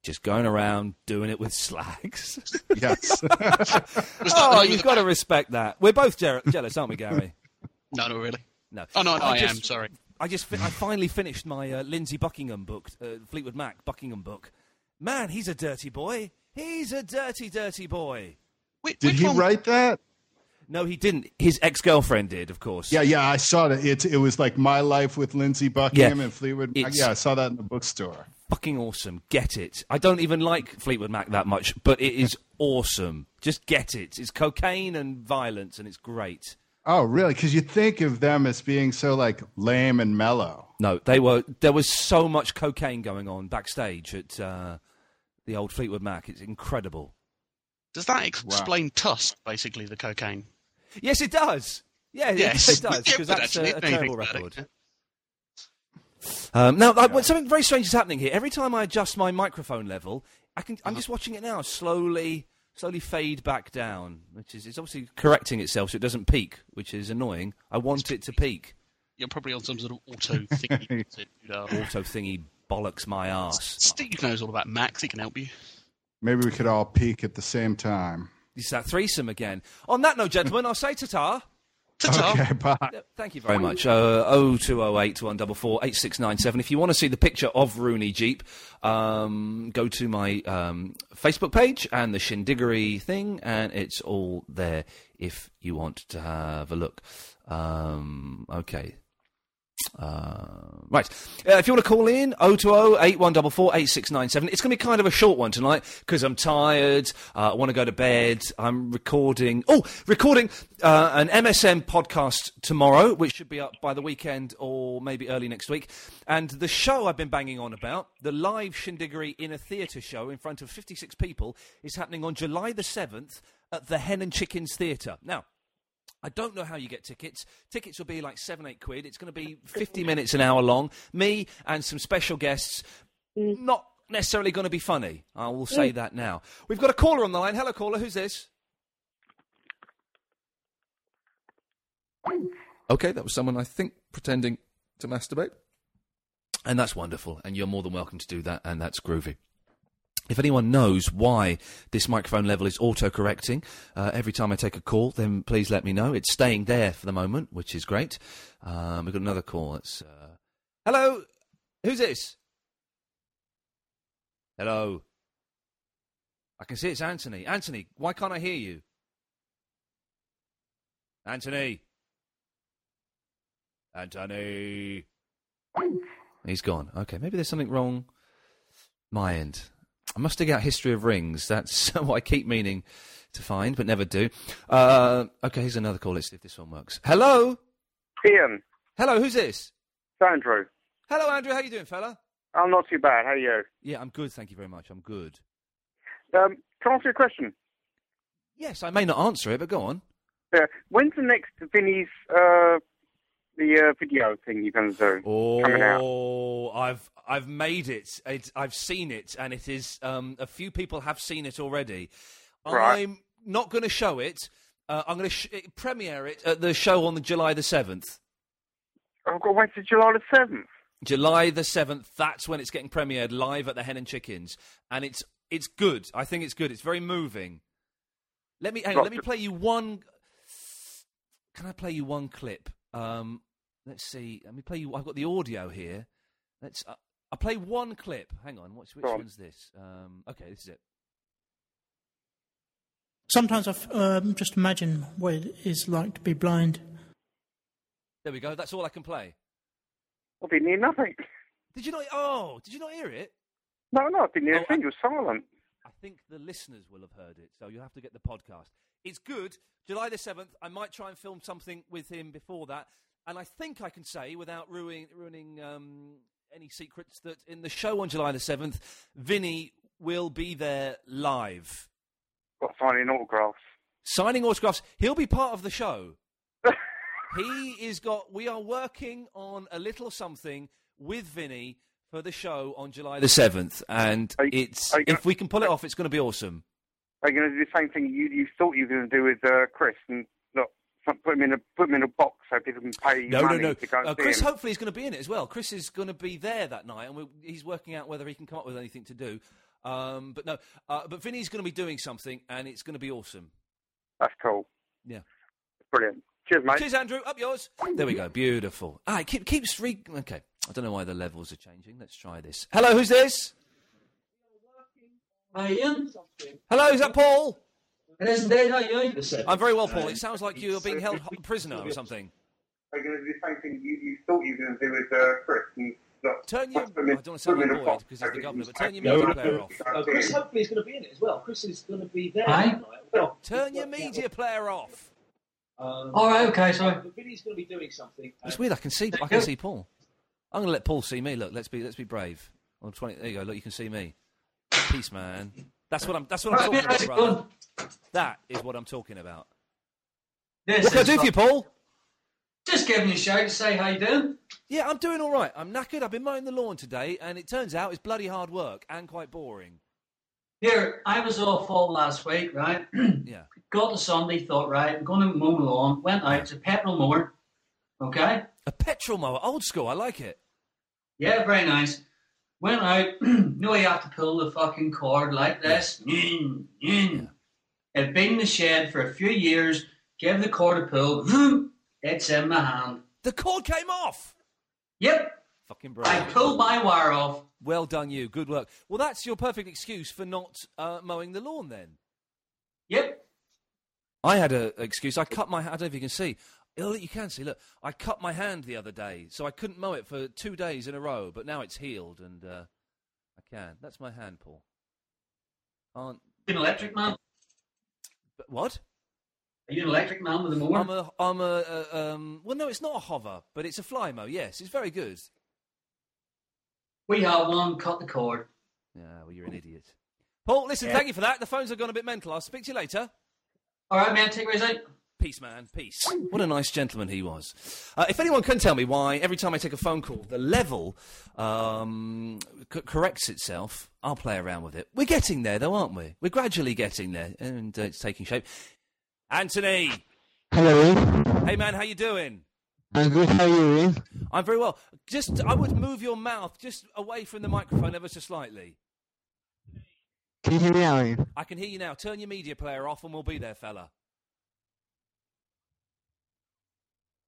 A: Just going around [laughs] doing it with
J: [laughs]
A: slags.
J: Yes.
A: oh, [laughs] you've got to respect that. We're both je- jealous, aren't we, Gary?
B: [laughs] No, not really.
A: No.
B: Oh no, no I, am.
A: just-
B: Sorry.
A: I just fi- I finally finished my uh, Lindsey Buckingham book, uh, Fleetwood Mac Buckingham book. Man, he's a dirty boy. He's a dirty, dirty boy.
J: Did he write that?
A: No, he didn't. His ex girlfriend did, of course.
J: Yeah, yeah, I saw that. It's it was like my life with Lindsey Buckingham
A: Yeah,
J: and Fleetwood. Mac.
A: it's-
J: Yeah, I saw that in the bookstore.
A: Fucking awesome. Get it. I don't even like Fleetwood Mac that much, [laughs] but it is awesome. Just get it. It's cocaine and violence, and it's great.
J: Oh, really? Because you think of them as being so like lame and mellow.
A: No, they were. There was so much cocaine going on backstage at uh, the old Fleetwood Mac. It's incredible.
B: Does that ex- explain Tusk, basically, the cocaine?
A: Yes, it does. Yeah, it-
B: Yes.
A: it does
B: [laughs] Yeah,
A: because
B: but
A: that's
B: actually,
A: a, a
B: now you think
A: terrible
B: about it,
A: record. Um, now, like, what- something very strange is happening here. Every time I adjust my microphone level, I can. I'm just watching it now slowly, slowly fade back down, which is it's obviously correcting itself so it doesn't peak, which is annoying. I want it to peak.
B: You're probably on some sort of
A: [laughs]
B: auto thingy.
A: Auto thingy bollocks my ass.
B: Steve knows all about Max. He can help you.
J: Maybe we could all peak at the same time.
A: It's that threesome again. On that note, gentlemen, I'll say ta-ta.
B: Ta-ta.
J: Okay, bye.
A: Thank you very much. Uh, 0208 144 8697. If you want to see the picture of Rooney Jeep, um, go to my um, Facebook page and the Shindiggery thing, and it's all there if you want to have a look. Um, okay. Uh, right. Uh, if you want to call in, 020 8144 8697. It's going to be kind of a short one tonight because I'm tired. Uh, I want to go to bed. I'm recording. Oh, recording uh, an MSM podcast tomorrow, which should be up by the weekend or maybe early next week. And the show I've been banging on about, the live Shindiggery in a theatre show in front of 56 people, is happening on July the 7th at the Hen and Chickens Theatre. Now, I don't know how you get tickets. Tickets will be like seven, eight quid. It's going to be 50 minutes, an hour long. Me and some special guests, not necessarily going to be funny. I will say
K: Mm.
A: that now. We've got a caller on the line. Hello, caller. Who's this? Okay, that was someone I think pretending to masturbate. And that's wonderful. And you're more than welcome to do that. And that's groovy. If anyone knows why this microphone level is autocorrecting uh, every time I take a call, then please let me know. It's staying there for the moment, which is great. Um, we've got another call. It's, uh... Hello, who's this? Hello. I can see it's Anthony. Anthony, why can't I hear you? Anthony. Anthony. He's gone. Okay, maybe there's something wrong. My end. I must dig out history of rings. That's [laughs] what I keep meaning to find, but never do. Uh, okay, here's another call. Let's see if this one works. Hello.
D: Ian.
A: Hello. Who's this?
D: It's Andrew.
A: Hello, Andrew. How you doing, fella?
D: I'm not too bad. How are you?
A: Yeah, I'm good. Thank you very much. I'm good.
D: Um, can I ask you a question?
A: Yes, I may not answer it, but go on.
D: Uh, when's the next Vinny's uh, the uh, video thing you're going to do coming out?
A: Oh, I've I've made it. It's I've seen it, and it is. Um, a few people have seen it already.
D: Right.
A: I'm not going to show it. Uh, I'm going to sh- premiere it at the show on the July the seventh.
D: I've got to wait till July the seventh.
A: July the seventh. That's when it's getting premiered live at the Hen and Chickens, and it's it's good. I think it's good. It's very moving. Let me hang on,
D: Right.
A: let me play you one. Can I play you one clip? Um, let's see. Let me play you. I've got the audio here. Let's. Uh, I'll play one clip. Hang on. What's, which
D: Go on.
A: one's this? Um, okay, this is it.
L: Sometimes I f- um, just imagine what it is like to be blind.
A: There we go. That's all I can play.
D: I didn't hear nothing.
A: Did you not? Oh, did you not hear it?
D: No, no, I didn't
A: Oh,
D: hear a thing. It was silent.
A: I think the listeners will have heard it, so you'll have to get the podcast. It's good. July the 7th, I might try and film something with him before that. And I think I can say, without ruining, ruining um, any secrets, that in the show on July the 7th, Vinny will be there live.
D: Got signing autographs.
A: Signing autographs. He'll be part of
D: [laughs]
A: the show. he is got. We are working on a little something with Vinny for the show on July the 7th. And it's
D: are you gonna-
A: if we can pull it off, it's going to be awesome.
D: Are you going to do the same thing you, you thought you were going to do with uh, Chris and not not put him in a put him in a box so people can pay
A: No, no,
D: money
A: no.
D: to go and
A: Uh,
D: see
A: Chris
D: him?
A: hopefully is going to be in it as well. Chris is going to be there that night, and we he's working out whether he can come up with anything to do. Um, but no, uh, but Vinny's going to be doing something, and it's going to be awesome.
D: That's cool.
A: Yeah.
D: Brilliant. Cheers, mate.
A: Cheers, Andrew. Up yours. There we go. Beautiful. Ah, it keep, keeps re. Okay, I don't know why the levels are changing. Let's try this. Hello, who's this?
M: I am.
A: Hello, is that Paul?
M: It is indeed. How are you?
A: I'm very well, Paul. It sounds like you're being held ho- prisoner or something.
D: Are you going to do the same thing you, you thought you were going to do with uh, Chris and not
A: turn your
D: put him in,
A: I don't want to sound
D: put him in
A: like
D: a
A: Boyd,
D: box
A: 'cause
D: so
A: he's the
D: people
A: governor,
D: can
A: but turn
D: pay
A: your
D: money
A: media
D: to
A: player
D: go
A: off.
D: and
M: Uh,
D: see
M: Chris
D: him.
M: hopefully is going to be in it as well. Chris is going to be there.
A: Aye.
M: tonight. Well,
A: Turn your media player off.
K: Um,
A: All right, okay, sorry.
K: But Billy's going to be doing something.
A: It's
K: uh,
A: weird. I can see.
K: there
A: I
K: you
A: can
K: go.
A: see Paul. I'm going to let Paul see me. Look, let's be let's be brave. On twenty, there you go. Look, you can see me. Peace, man. That's what I'm. That's what I'm
K: Right,
A: talking
K: yeah,
A: about.
K: it's
A: brother. That is what I'm talking about.
K: This
A: what can I
K: is
A: do for
K: fun.
A: you, Paul?
K: Just giving you a shout to say how you doing.
A: Yeah, I'm doing all right. I'm knackered. I've been mowing the lawn today, and it turns out it's bloody hard work and quite boring.
K: Here, I was off all last week, right? [clears throat]
A: yeah.
K: Got to Sunday, thought, right, I'm going to mow my lawn. Went out, it's a petrol mower, okay?
A: A petrol mower, old school, I like it.
K: Yeah, very nice. Went out, [clears throat] know you have to pull the fucking cord like this. [clears throat] Nyin, nyin. It been in the shed for a few years, give the cord a pull, [clears throat] vroom, it's in my hand.
A: The cord came off!
K: Yep,
A: Fucking brilliant.
K: I pulled my wire off.
A: Well done, you. Good work. Well, that's your perfect excuse for not uh, mowing the lawn then.
K: Yep.
A: I had a excuse. I cut my. I don't know if you can see. Oh, look, you can see. Look, I cut my hand the other day, so I couldn't mow it for two days in a row. But now it's healed, and uh, I can. That's my hand, Paul. Aren't
K: an electric man?
A: But what?
K: Are you an electric man with a mower?
A: I'm a. I'm a. Uh, um, well, no, it's not a hover, but it's a fly mow. Yes, it's very good.
K: We had one, cut the cord.
A: Yeah, well, you're an idiot. Paul, listen,
K: Yeah.
A: thank you for that. The phones have gone a bit mental. I'll speak to you later.
K: All right, man, take it easy.
A: Peace, man. Peace. What a nice gentleman he was. Uh, if anyone can tell me why every time I take a phone call, the level um, c- corrects itself, I'll play around with it. We're getting there, though, aren't we? We're gradually getting there, and uh, it's taking shape. Anthony,
N: Hello.
A: hey man, how you doing?
N: I'm good. How are you? Ian?
A: I'm very well. Just, I would move your mouth just away from the microphone ever so slightly.
N: Can you hear me now, Ian?
A: I can hear you now. Turn your media player off, and we'll be there, fella.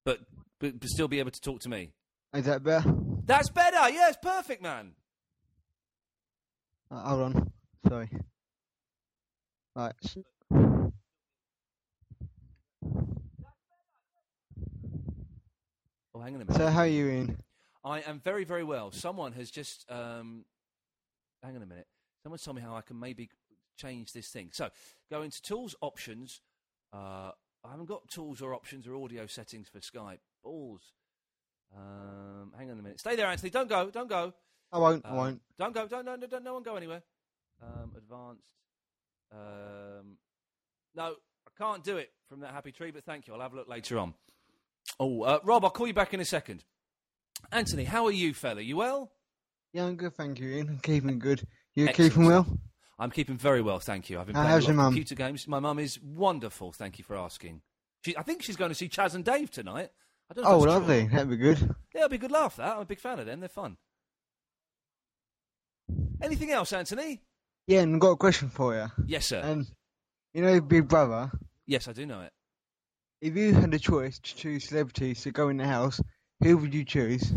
A: But, but, but still be able to talk to me.
N: Is that better?
A: That's better. Yeah, it's perfect, man.
N: Uh, hold on. Sorry. Right. s-
A: Oh, hang on a minute.
N: So how are you, Ian?
A: I am very, very well. Someone has just. Um, hang on a minute. Someone told me how I can maybe change this thing. So go into tools, options. Uh, I haven't got tools or options or audio settings for Skype. Balls. Um, hang on a minute. Stay there, Anthony. Don't go. Don't go.
N: I won't. I
A: Um,
N: won't.
A: Don't go. Don't. No. No. Don't. No one go anywhere. Um, advanced. Um, no, I can't do it from that happy tree. But thank you. I'll have a look later on. Oh, uh, Rob, I'll call you back in a second. Anthony, how are you, fella? You well?
N: Yeah, I'm good. Thank you, Ian. I'm keeping good. You
A: Excellent
N: keeping well?
A: I'm keeping very well, thank you. I've been
N: How-
A: playing
N: how's
A: a lot
N: your
A: of
N: mum?
A: computer games. My mum is wonderful. Thank you for asking. She, I think she's going to see Chaz and Dave tonight. I don't know if
N: Oh,
A: that's true.
N: lovely. That'd be good.
A: Yeah, it'll be a good laugh. That I'm a big fan of them. They're fun. Anything else, Anthony?
N: Yeah, and I've got a question for you.
A: Yes, sir.
N: Um, you know, Big Brother.
A: Yes, I do know it.
N: If you had a choice to choose celebrities to go in the house, who would you choose?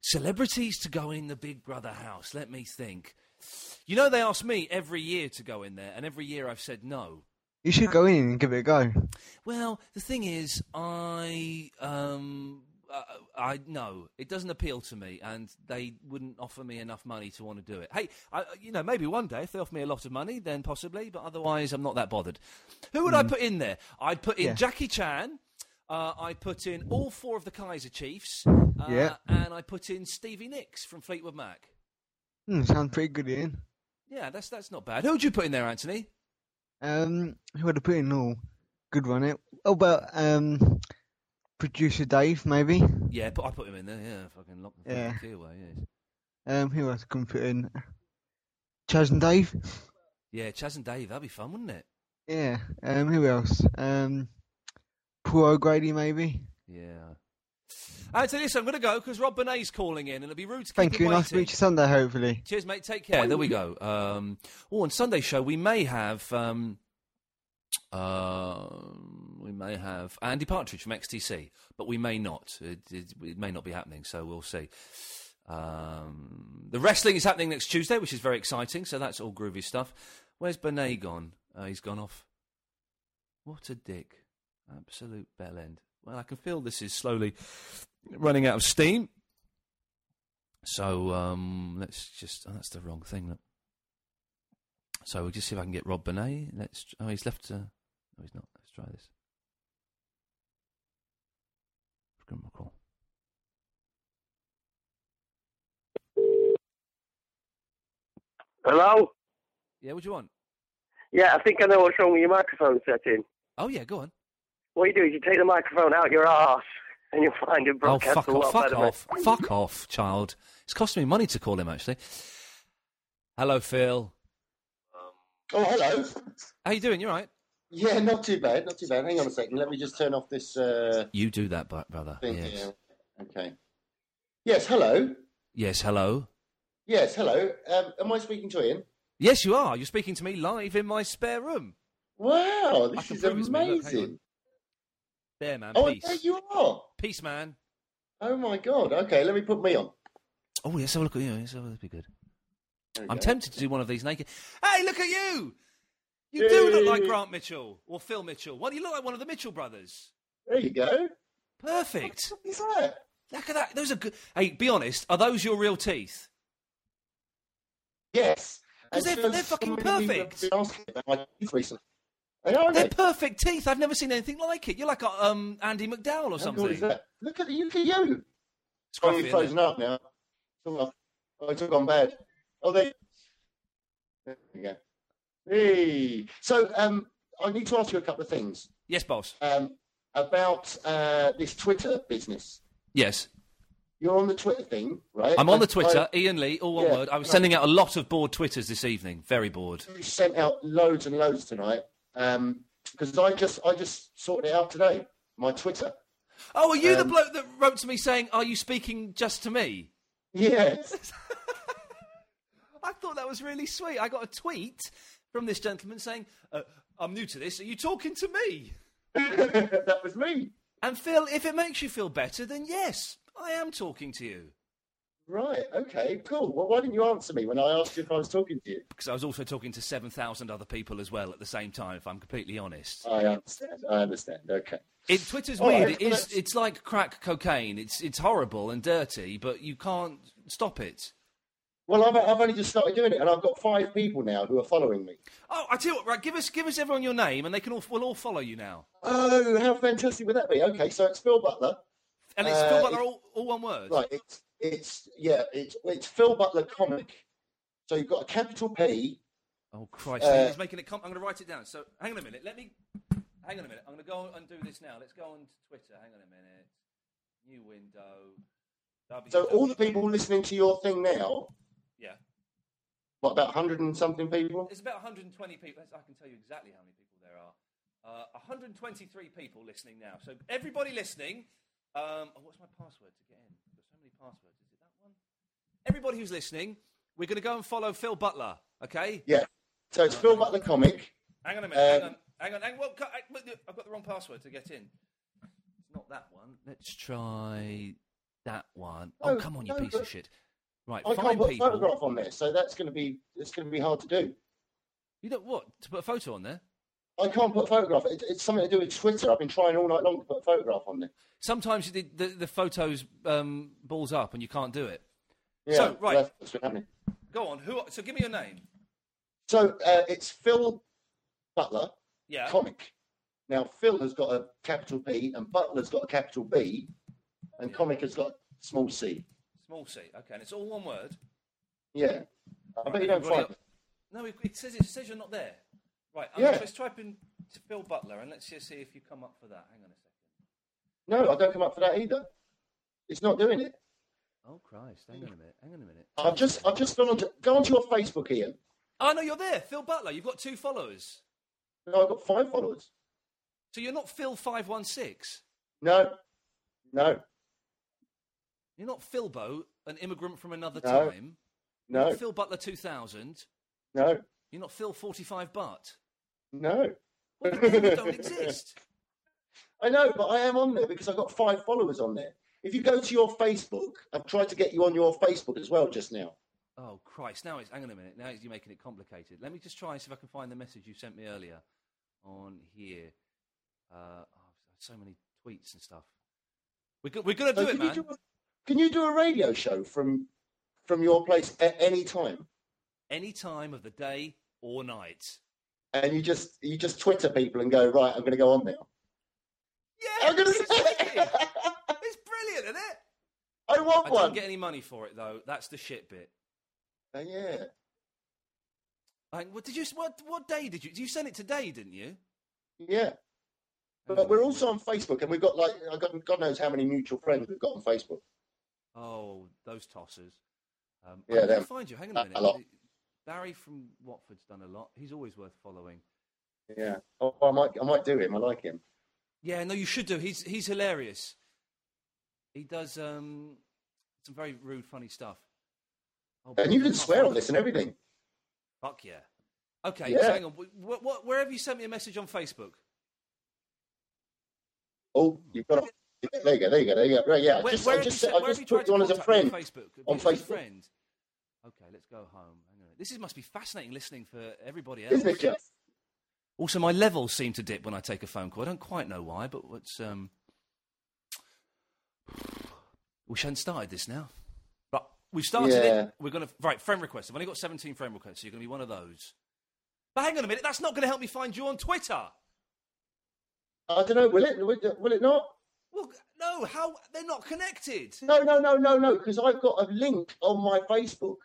A: Celebrities to go in the Big Brother house. Let me think. You know, they ask me every year to go in there, and every year I've said no.
N: You should go in and give it a go.
A: Well, the thing is, I um, uh, I no, it doesn't appeal to me, and they wouldn't offer me enough money to want to do it. Hey, I, you know, maybe one day if they offer me a lot of money, then possibly, but otherwise, I'm not that bothered. Who would I put in there? I'd put in
N: Mm. Yeah.
A: Jackie Chan. Uh, I put in all four of the Kaiser Chiefs, uh,
N: Yeah.
A: and I put in Stevie Nicks from Fleetwood Mac.
N: Hmm, sounds pretty good, Ian.
A: Yeah, that's that's not bad. Who'd you put in there, Anthony?
N: Um, who would have put in all? Good one. It. Oh, but um, producer Dave maybe.
A: Yeah, but I put him in there. Yeah, fucking lock the
N: Yeah.
A: fucking key away. Yes.
N: Um, who else can put in? Chaz and Dave.
A: Yeah, Chaz and Dave, that'd be fun, wouldn't it?
N: Yeah. Um, who else? Um, Paul O'Grady maybe.
A: Yeah. Anthony, listen, I'm going to go because Rob Benet's calling in, and it'll be rude to keep
N: Thank
A: him
N: you. Nice to
A: waiting.
N: meet you Sunday. Hopefully.
A: Cheers, mate. Take care. There we go. Um, oh, on Sunday show we may have um, um, we may have Andy Partridge from XTC, but we may not. It, it, it may not be happening, so we'll see. Um, the wrestling is happening next Tuesday, which is very exciting. So that's all groovy stuff. Where's Benet gone? Uh, he's gone off. What a dick! Absolute bell end. Well, I can feel this is slowly running out of steam. So um, let's just. Oh, that's the wrong thing. Look. So we'll just see if I can get Rob Bonet. Let's. Oh, he's left. Uh, no, he's not. Let's try this.
O: Give him a call.
I: Hello?
A: Yeah, what do you want?
I: Yeah, I think I know what's wrong with your microphone setting.
A: Oh, yeah, go on.
I: What you do is you take the microphone out your arse and you'll find your
A: Oh,
I: broadcast
A: fuck
I: a lot
A: off, fuck
I: better.
A: off, fuck off, child. It's costing me money to call him, actually. Hello, Phil.
P: Oh, hello.
A: How you doing? You all right?
P: Yeah, not too bad, not too bad. Hang on a second. Let me just turn off this uh,
A: You do that, bu- brother.
P: thing
A: Yes.
P: here. Okay. Yes, hello.
A: Yes, hello.
P: Yes, hello. Um, am I speaking to Ian?
A: Yes, you are. You're speaking to me live in my spare room.
P: Wow,
A: I
P: this
A: can
P: is
A: prove it's me. Look, hang
P: amazing.
A: There, man.
P: Oh,
A: peace.
P: there you are.
A: Peace, man.
P: Oh my God. Okay, let me put me on.
A: Oh, yes, have a look at you. Yes, have a look. Be good.
P: There we
A: I'm
P: go.
A: tempted to do one of these naked. Hey, look at you! You do look like Grant Mitchell or Phil Mitchell. What do you look like? One of the Mitchell brothers.
P: There you go.
A: Perfect.
P: What is that?
A: Look at that. Those are good. Hey, be honest. Are those your real teeth?
P: Yes.
A: Because
P: And
A: they're, they're
P: so
A: fucking
P: many people
A: perfect.
P: have been asking about my teeth recently. They are,
A: They're
P: aren't
A: perfect teeth. I've never seen anything like it. You're like a, um, Andy McDowell or
P: How cool
A: something.
P: is that? Look at you, look at you.
A: It's
P: Oh,
A: crappy, isn't
P: you're
A: it?
P: frozen up now. Oh, it's all gone bad. Oh, there. There you go. Hey. So, um, I need to ask you a couple of things.
A: Yes, boss.
P: Um, about uh, this Twitter business.
A: Yes.
P: You're on the Twitter thing, right?
A: I'm on the
P: I-
A: Twitter,
P: I-
A: Ian Lee, all Oh, one
P: Yeah.
A: word. I was sending out a lot of bored Twitters this evening. Very bored.
P: we sent out loads and loads tonight because I just I just sorted it out today. My Twitter.
A: Oh, are you the
P: Um,
A: bloke that wrote to me saying, "Are you speaking just to me?"
P: Yes.
A: [laughs] I thought that was really sweet. I got a tweet from this gentleman saying, uh, "I'm new to this. Are you talking to me?"
P: [laughs] that was me.
A: And Phil, if it makes you feel better, then yes, I am talking to you
P: Right. Okay. Cool. Well, why didn't you answer me when I asked you if I was talking to you?
A: because I was also talking to seven thousand other people as well at the same time. If I'm completely honest,
P: I understand. I understand. Okay.
A: It, Twitter's
P: All
A: weird.
P: right,
A: it is.
P: let's-
A: It's like crack cocaine. It's it's horrible and dirty, but you can't stop it.
P: Well, I've, I've only just started doing it, and I've got five people now who are following me.
A: Oh, I tell you what. Right, give us give us everyone your name, and they can all we'll all follow you now.
P: Oh, how fantastic would that be? Okay, so it's Phil Butler.
A: And it's
P: Uh,
A: Phil Butler, all, all one word.
P: Right. It's it's yeah. It's it's Phil Butler comic. So you've got a capital P.
A: Oh Christ,
P: Uh,
A: he's making it. Com- I'm going to write it down. So hang on a minute. Let me. Hang on a minute. I'm going to go and do this now. Let's go on Twitter. Hang on a minute. New window. W-
P: So all the people listening to your thing now,
A: Yeah.
P: what about 100 and something people?
A: There's about 120 people. I can tell you exactly how many people there are. Uh, 123 people listening now. So everybody listening. Um, oh, what's my password to get in? I've got so many passwords. Is it that one? Everybody who's listening, we're going to go and follow Phil Butler. Okay.
P: Yeah. So it's Phil Butler comic.
A: Hang on a minute.
P: Um,
A: hang on. Hang on. Hang well, co- I- look, look, I've got the wrong password to get in. It's not that one. Let's try that one. oh,
P: No,
A: come on, you
P: no,
A: piece
P: but-
A: of shit. Right,
P: I
A: five
P: can't put a
A: people.
P: photograph Oh, on there, so that's going to be it's going to be hard to do.
A: You know what? To put a photo on there?
P: I can't put a photograph. It, it's something to do with Twitter. I've been trying all night long to put a photograph on there.
A: Sometimes the, the, the photos um, balls up and you can't do it.
P: Yeah,
A: so, right,
P: that's what's been happening.
A: go on. Who? So give me your name.
P: So uh, it's Phil Butler
A: Yeah.
P: comic. Now Phil has got a capital P and Butler's got a capital B, and comic has got small c.
A: Small c. Okay, and it's all one word.
P: Yeah, I bet you don't
A: everybody
P: find.
A: else- No, it, it says it says you're not there. Right, I'm
P: Yeah.
A: gonna, let's type in to Phil Butler and let's just see if you come up for that. Hang on a second.
P: No, I don't come up for that either. It's not doing it.
A: Oh Christ! Hang on a minute. Hang on a minute.
P: I've just I've just gone on to go onto your Facebook, Ian.
A: Oh no, you're there, Phil Butler. You've got two followers.
P: No, I've got five followers.
A: So you're not Phil five one six.
P: No, no,
A: You're not Philbo, an immigrant from another
P: No.
A: time.
P: No.
A: You're not Phil Butler two thousand.
P: no,
A: You're not Phil forty five butt.
P: no.
A: Well, the names don't exist.
P: [laughs] I know, but I am on there because I've got five followers on there. If you go to your Facebook, I've tried to get you on your Facebook as well just now.
A: Oh Christ! Now it's hang on a minute. Now it's, you're making it complicated. Let me just try and see if I can find the message you sent me earlier on here. Uh, oh, so many tweets and stuff. We're, go- we're gonna do
P: So
A: it,
P: can you
A: man.
P: do a- can you do a radio show from from your place at any time?
A: Any time of the day or night.
P: And you just you just Twitter people and go right. I'm going to go on now.
A: Yeah,
P: I'm gonna
A: it's, wicked. it's
P: I want
A: I
P: one.
A: don't get any money for it though. That's the shit bit.
P: yeah.
A: Like, what did you? What what day did you? You sent it today, didn't you?
P: Yeah. But we're also on Facebook, and we've got like I got- God knows how many mutual friends we've got on Facebook.
A: Oh, those tossers. Um, I'm
P: Yeah,
A: going
P: them.
A: to find you. Hang on
P: A-
A: a
P: a
A: minute.
P: lot.
A: Barry from Watford's done a lot. He's always worth following.
P: Yeah. Oh, I might, I might do him. I like him.
A: Yeah, no, you should do. He's he's hilarious. He does um, some very rude, funny stuff. Oh,
P: And you
A: but-
P: can swear on this and everything.
A: Fuck yeah. Okay,
P: Yeah.
A: so hang on. What, what, where have you sent me a message on Facebook?
P: Oh, you've got. A, there you go. There you go. There you go. Right, yeah.
A: Where,
P: just,
A: where
P: I
A: have
P: just,
A: you,
P: said-
A: sent-
P: I
A: where have
P: just
A: you tried
P: put
A: to
P: you on as a
A: contact me
P: friend
A: on Facebook? Have
P: on
A: you been a
P: Facebook.
A: friend? Okay, let's go home. Hang on a minute. This is, must be fascinating listening for everybody else.
P: Isn't it just?
A: Also, my levels seem to dip when I take a phone call. I don't quite know why, but what's um. We hadn't started this now. But we've started
P: Yeah.
A: it. We're gonna right friend requests. I've only got seventeen friend requests. So you're gonna be one of those. But hang on a minute. That's not gonna help me find you on Twitter.
P: I don't know. Will it? Will it, will it not?
A: Well, no. How they're not connected.
P: No, no, no, no, no. Because I've got a link on my Facebook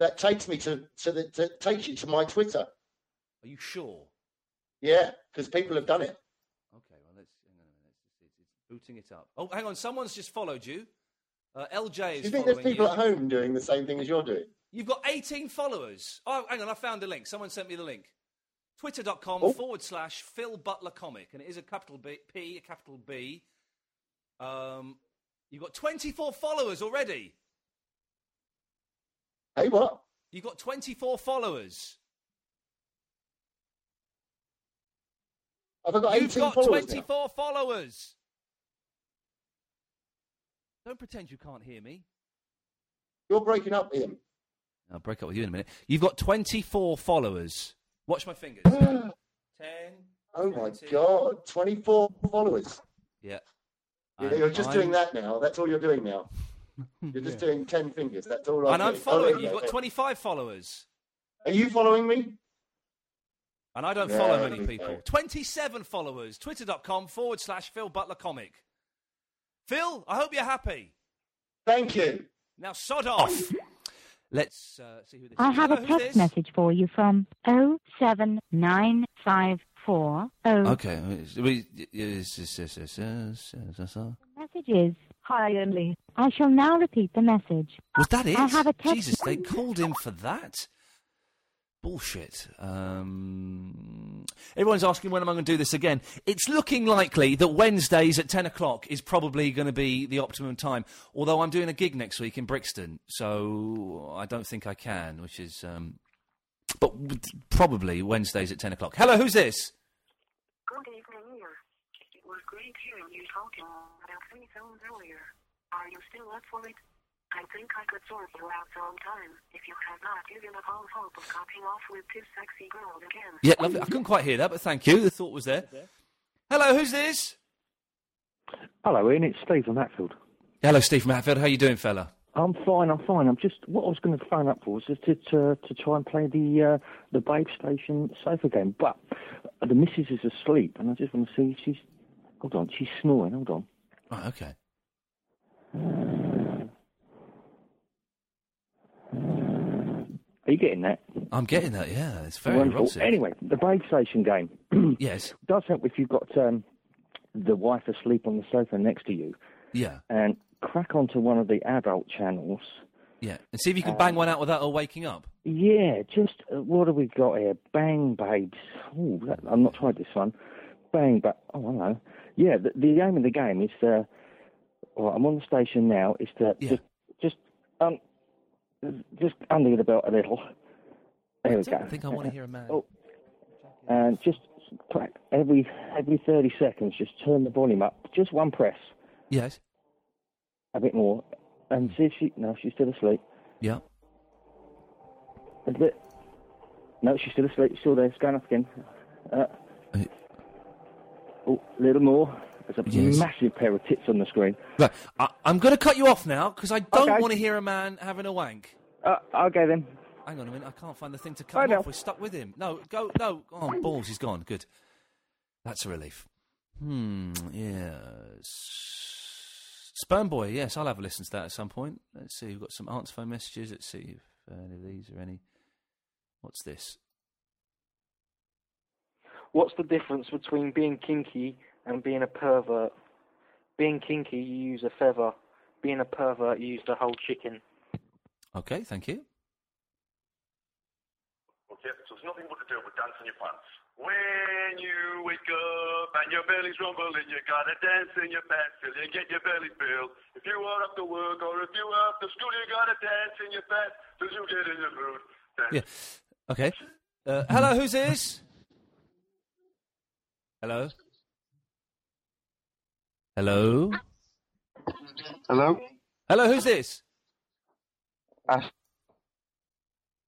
P: that takes me to to the to, takes you to my Twitter.
A: Are you sure?
P: Yeah, because people have done it.
A: Okay. Well, let's hang on a minute. It's, it's, it's booting it up. Oh, hang on. Someone's just followed you. Uh, LJ is
P: Do you think there's
A: following
P: people
A: you.
P: at home doing the same thing as you're doing?
A: You've got 18 followers. Oh, hang on, I found the link. Someone sent me the link. Twitter.com
P: Oh.
A: forward slash Phil Butler Comic. And it is a capital B, P, a capital B. Um, you've got 24 followers already.
P: Hey, what?
A: You've got 24 followers.
P: Have I got 18
A: You've got
P: followers? now?
A: 24 followers. Don't pretend you can't hear me.
P: You're breaking up, Ian.
A: I'll break up with you in a minute. You've got 24 followers. Watch my
P: [gasps]
A: fingers.
P: 10.
A: Oh
P: my God, 24 followers.
A: Yeah.
P: You're,
A: And
P: you're just
A: I'm-
P: doing that now. That's all you're doing now. You're just doing 10 fingers. That's all I'm
A: And I'm
P: doing.
A: following
P: Oh,
A: you. You've got
P: okay.
A: 25 followers.
P: Are you following me?
A: And I don't
P: Yeah,
A: follow
P: I
A: many
P: think
A: people.
P: so.
A: 27 followers. Twitter.com forward slash Phil Butler Comic. Phil, I hope you're happy.
P: Thank you.
A: Now sod off. Let's uh, see who this
D: I
A: is.
D: have a
A: Hello, who's
D: text
A: this?
D: message for you from 07954.
A: Okay. we- yes, yes, yes, yes, yes, yes, yes.
D: Message is, hi only. I shall now repeat the message.
A: Was that it?
D: I have a text.
A: Jesus, they called him for that. Bullshit. Um, everyone's asking when am I going to do this again? It's looking likely that Wednesdays at ten o'clock is probably going to be the optimum time. Although I'm doing a gig next week in Brixton, so I don't think I can. Which is, um, but w- probably Wednesdays at ten o'clock. Hello, who's this?
E: Good evening, Ian. It was great hearing you talking about three films earlier. Are you still up for it? I think I could sort you out sometime if you have not given up all hope of copying off with this sexy girl again.
A: Yeah, lovely. I couldn't quite hear that, but thank you. The thought was there. Hello, who's this?
C: Hello, Ian. It's Steve from Hatfield.
A: Hello, Steve from Hatfield. How you doing, fella?
C: I'm fine. I'm fine. I'm just what I was going to phone up for was just to to, to try and play the uh, the Babe Station sofa game, but uh, the missus is asleep, and I just want to see if she's. Hold on, she's snoring. Hold on.
A: Right, okay.
C: Are you getting that?
A: I'm getting that. Yeah, it's very
C: Wonderful.
A: erotic.
C: Anyway, the Babe Station game. [clears throat]
A: yes.
C: Does help if you've got um, the wife asleep on the sofa next to you,
A: Yeah,
C: and crack onto one of the adult channels.
A: yeah. And see if you can
C: Um,
A: bang one out without her waking up.
C: Yeah, just uh, what have we got here? Bang babes. Ooh, that, I'm not tried this one. Bang, but oh, I know. Yeah, the, the aim of the game is to. Well, I'm on the station now. Is to just just um just under the belt a little. There we go.
A: I think I want to hear a man.
C: And just crack every every 30 seconds, just turn the volume up. Just one press,
A: Yes.
C: a bit more,
A: Hmm.
C: and see if she. No, she's still asleep.
A: Yeah.
C: A bit. No, she's still asleep. Still there. It's going off again. Uh, oh, a little more. There's a
A: Yes.
C: massive pair of tits on the screen.
A: Right. I, I'm going to cut you off now because I don't
C: Okay.
A: want to hear a man having a wank.
C: Uh, okay then.
A: Hang on a minute. I can't find the thing to cut him off. We're stuck with him. No, go. No. Oh, balls. He's gone. Good. That's a relief. Hmm. Yes. Mm, Sperm Boy, yes, I'll have a listen to that at some point. Let's see, we've got some answer phone messages. Let's see if uh, any of these are any. What's this?
C: What's the difference between being kinky and being a pervert? Being kinky, you use a feather. Being a pervert, you use the whole chicken.
A: Okay, thank you.
E: Okay, so there's nothing but to do with dancing your pants. When you wake up and your belly's rumbling, you gotta dance in your pants till you get your belly filled. If you are up to work or if you are up to school, you gotta dance in your pants till you get in the mood.
A: Yeah. Okay. Uh, hello, who's this? Hello. Hello.
Q: Hello.
A: Hello, who's this?
Q: Ash.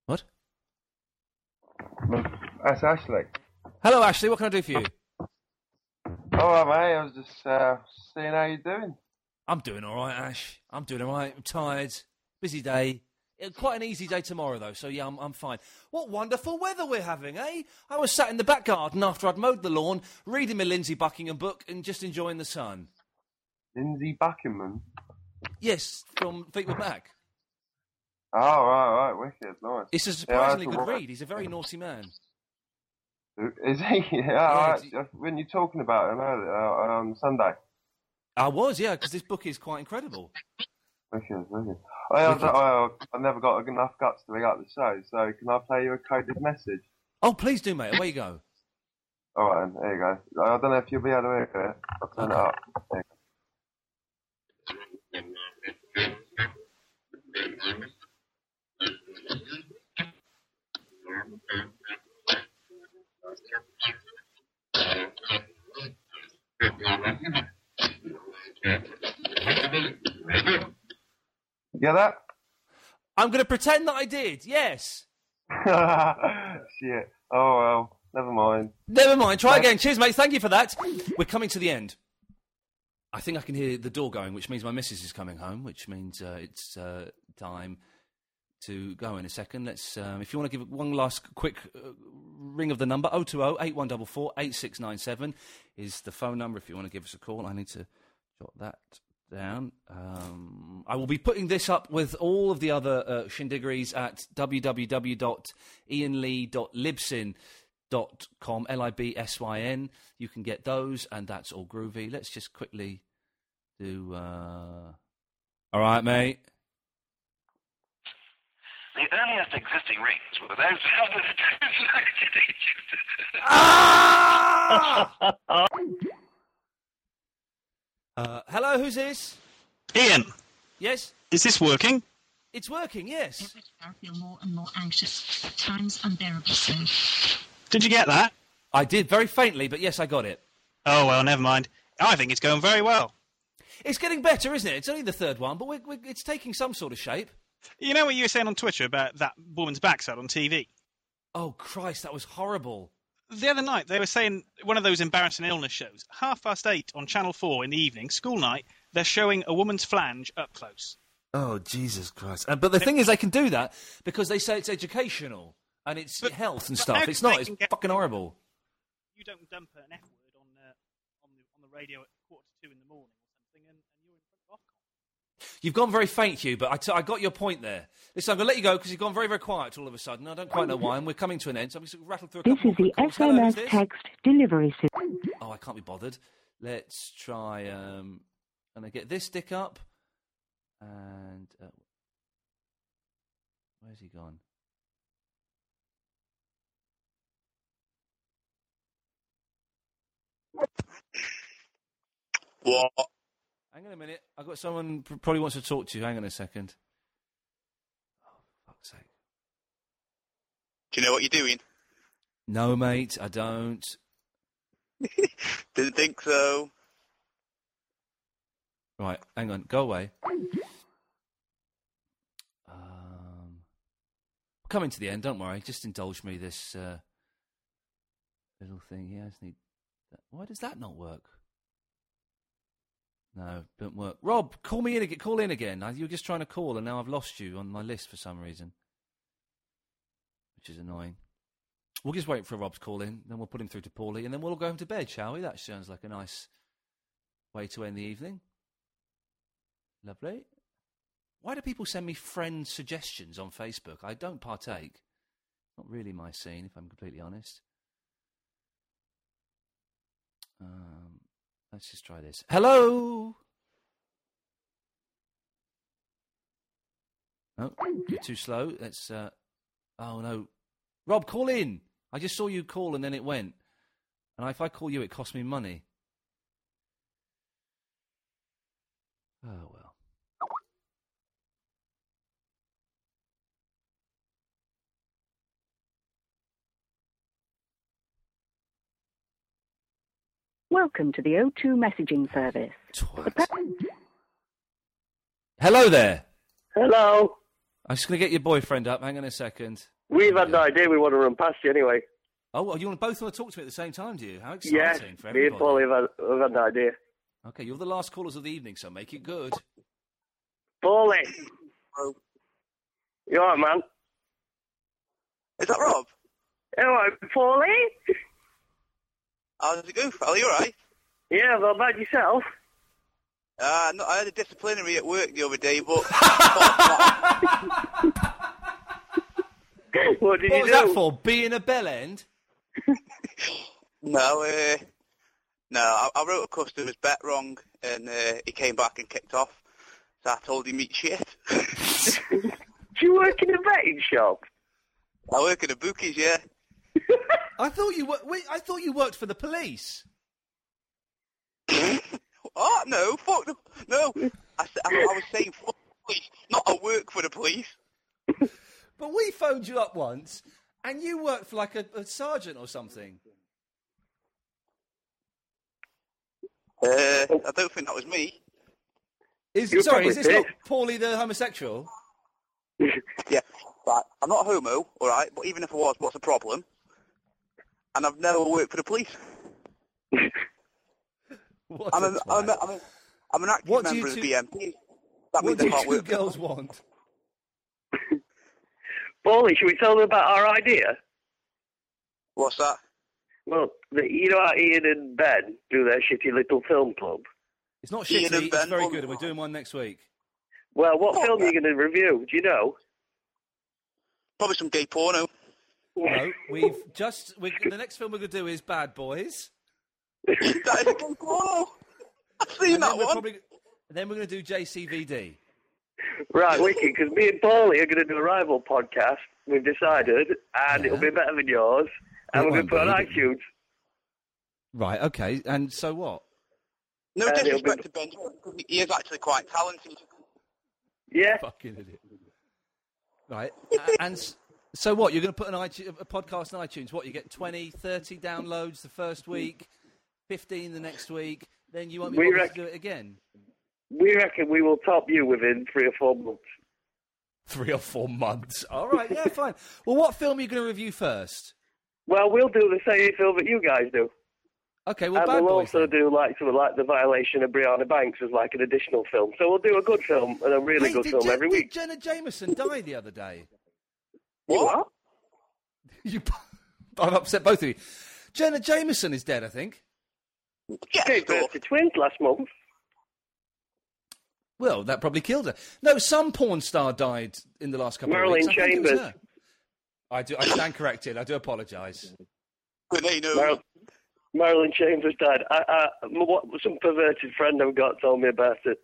A: What?
Q: That's Ashley.
A: Hello, Ashley. What can I do for you?
Q: All right, mate. I was just uh, seeing how you're doing.
A: I'm doing all right, Ash. I'm doing all right. I'm tired. Busy day. Uh, Quite an easy day tomorrow, though. So yeah, I'm, I'm fine. What wonderful weather we're having, eh? I was sat in the back garden after I'd mowed the lawn, reading my Lindsay Buckingham book, and just enjoying the sun.
Q: Lindsay Buckingham.
A: Yes, from Fleetwood Mac.
Q: Oh, right, right. Wicked. Nice.
A: It's a
Q: Yeah, that's
A: surprisingly
Q: all
A: good
Q: right.
A: read. He's a very naughty man.
Q: Is he? [laughs] Yeah, all right. When you're talking about him earlier, uh, on Sunday.
A: I was, yeah, because this book is quite incredible.
Q: Wicked, wicked. I, I,
A: Wicked.
Q: I, I never got enough guts to ring up the show, so can I play you a coded message?
A: Oh, please do, mate. Away you go.
Q: All right, then, there you go. I don't know if you'll be able to hear it. I'll turn it up. There you go. You get that?
A: I'm going to pretend that I did. Yes.
Q: [laughs] Shit. Oh well, never mind.
A: Never mind. Try again. Cheers, mate. Thank you for that. We're coming to the end. I think I can hear the door going, which means my missus is coming home, which means uh, it's uh, time to go in a second. Let's, um, if you want to give one last quick uh, ring of the number, 020 8144 8697 is the phone number if you want to give us a call. I need to jot that down. Um, I will be putting this up with all of the other uh, shindiggeries at www.ianlee.libsyn dot com l i b s y n. You can get those, and that's all groovy. Let's just quickly do. Uh... All right, mate.
R: The earliest existing rings were those held in the translated Egypt.
A: Uh, hello, who's this?
S: Ian,
A: Yes,
S: is this working?
A: it's working. Yes.
L: I feel more and more anxious. Times unbearable soon.
S: Did you get that?
A: I did very faintly, but yes, I got it.
S: Oh well, never mind. I think it's going very well.
A: It's getting better, isn't it? It's only the third one, but we're, we're, it's taking some sort of shape.
S: You know what you were saying on Twitter about that woman's backside on TV?
A: Oh Christ, that was horrible.
S: The other night, they were saying one of those embarrassing illness shows, half past eight on Channel 4 in the evening, school night, they're showing a woman's flange up close.
A: Oh Jesus Christ! And, but the thing is, they can do that because they say it's educational and it's health and
S: but
A: stuff.
S: how
A: It's
S: can
A: not.
S: they
A: It's
S: get-
A: fucking horrible.
S: You don't dump an F word on, uh, on, the, on the radio at quarter to two in the morning or something, and, and you're in front of
A: You've gone very faint, Hugh, but I, t- I got your point there. Listen, I'm going to let you go because you've gone very, very quiet all of a sudden. I don't quite know why, and we're coming to an end. So I'm just going to rattle through a
T: Oh, This
A: couple
T: is the
A: more quick calls. Hello, who's
T: SMS
A: this?
T: text delivery system.
A: Oh, I can't be bothered. Let's try. Um, and I get this stick up, and uh, where's he gone?
G: What?
A: Hang on a minute. I've got someone pr- probably wants to talk to you. Hang on a second.
G: Do you know what you're doing?
A: No, mate, I don't.
G: [laughs] Didn't think so.
A: Right, hang on. Go away. Um, Um, we're coming to the end. Don't worry. Just indulge me this uh, little thing here. I just need. That. Why does that not work? No, didn't work. Rob, call me in again. Call in again. I, you were just trying to call, and now I've lost you on my list for some reason, which is annoying. We'll just wait for Rob's call in, then we'll put him through to Paulie, and then we'll all go home to bed, shall we? That sounds like a nice way to end the evening. Lovely. Why do people send me friend suggestions on Facebook? I don't partake. Not really my scene, if I'm completely honest. Um, let's just try this. Hello. No, Oh, you're too slow. Let's. Uh, oh no, Rob, call in. I just saw you call and then it went. And if I call you, it costs me money. Oh well.
U: Welcome to the O2 messaging service.
A: Hello there.
I: Hello.
A: I'm just going to get your boyfriend up. Hang on a second.
I: We've had no idea we want to run past you anyway.
A: Oh, well, you want both want to talk to me at the same time, do you? How exciting
I: Yes,
A: for
I: me and
A: everybody.
I: Paul have had, have had no idea.
A: Okay, you're the last callers of the evening, so make it good.
I: Paulie! eh? You alright, man?
G: Is that Rob?
I: Hello, Paulie?
G: How's it going, pal? You alright?
I: Yeah, well, about yourself?
G: Uh, no, I had a disciplinary at work the other day, but... [laughs]
I: [laughs] what
A: what
I: did you
A: was
I: do?
A: that for? Being a bell end?
G: [laughs] No, uh, no, I, I wrote a customer's bet wrong, and uh, he came back and kicked off. So I told him eat shit.
I: [laughs] Do you work in a betting shop?
G: I work at a bookies, yeah.
A: I thought you were. Wait, I thought you worked for the
G: [laughs]
A: police.
G: Oh no, fuck the no. I, s- I- I was saying fuck the police, not I work for
A: [laughs]
G: the police.
A: But we phoned you up once, and you worked for like a, a sergeant or something.
G: Uh, I don't think that was me.
A: Is,
G: You
A: sorry, is
G: probably
A: this not Paulie the homosexual?
G: [laughs] yeah, right. I'm not homo, all right. But even if I was, what's the problem? And I've never worked for the police.
A: [laughs] What
G: I'm,
A: a
G: a, I'm, a, I'm, a, I'm an active
A: What do you
G: member of
A: two-
G: the BMP. That
A: what
G: means
A: do
G: I can't
A: two
G: work.
A: girls want?
I: Paulie, eh, should we tell them about our idea?
G: What's that?
I: Well, the, you know how Ian and Ben do their shitty little film club?
A: It's not
I: Ian and
A: shitty. It's very good, and we're doing one next week.
I: Well, what film are you going to review? Do you know?
G: uh, Probably some gay porno.
A: No, we've just. We're, the next film we're going to do is Bad Boys.
G: that is gay porno. I've seen
A: that one. then we're going to do JCVD.
I: [laughs] Right, wicked, because me and Paulie are going to do a rival podcast, we've decided, and it'll be better than yours,
A: It
I: and we're going
A: won't
I: to put it on
A: be, but-
I: iTunes.
A: Right. Okay. And so what?
G: No
I: Uh, it'll
G: disrespect to Ben, he is actually quite talented.
I: Yeah.
A: [laughs] Fucking idiot. Right. a- and s- so what? You're going to put an iTunes, a podcast on iTunes. What? You get 20, 30 downloads the first week, 15 the next week. Then you won't be
I: We
A: able
I: rec-
A: to do it again.
I: We reckon we will top you within three or four months.
A: Three or four months. All right. Yeah. Fine. Well, what film are you going to review first?
I: Well, we'll do the same film that you guys do.
A: Okay, well,
I: and
A: Bad
I: we'll
A: Boys,
I: also do like something like the violation of Brianna Banks as like an additional film. So we'll do a good film and a really
A: Hey,
I: good
A: did,
I: film
A: Jen-
I: every
A: did
I: week.
A: Jenna Jameson die the other day? [laughs]
G: What?
A: I've upset both of you. Jenna Jameson is dead, I think.
I: Gave birth to twins last month.
A: Well, that probably killed her. No, some porn star died in the last couple
I: Marilyn
A: of weeks. I think it was
I: Chambers.
A: her. I do. I stand corrected. I do apologise.
I: Mar- Marilyn Chambers died. I, I, m- what, some perverted friend I've got told me about it.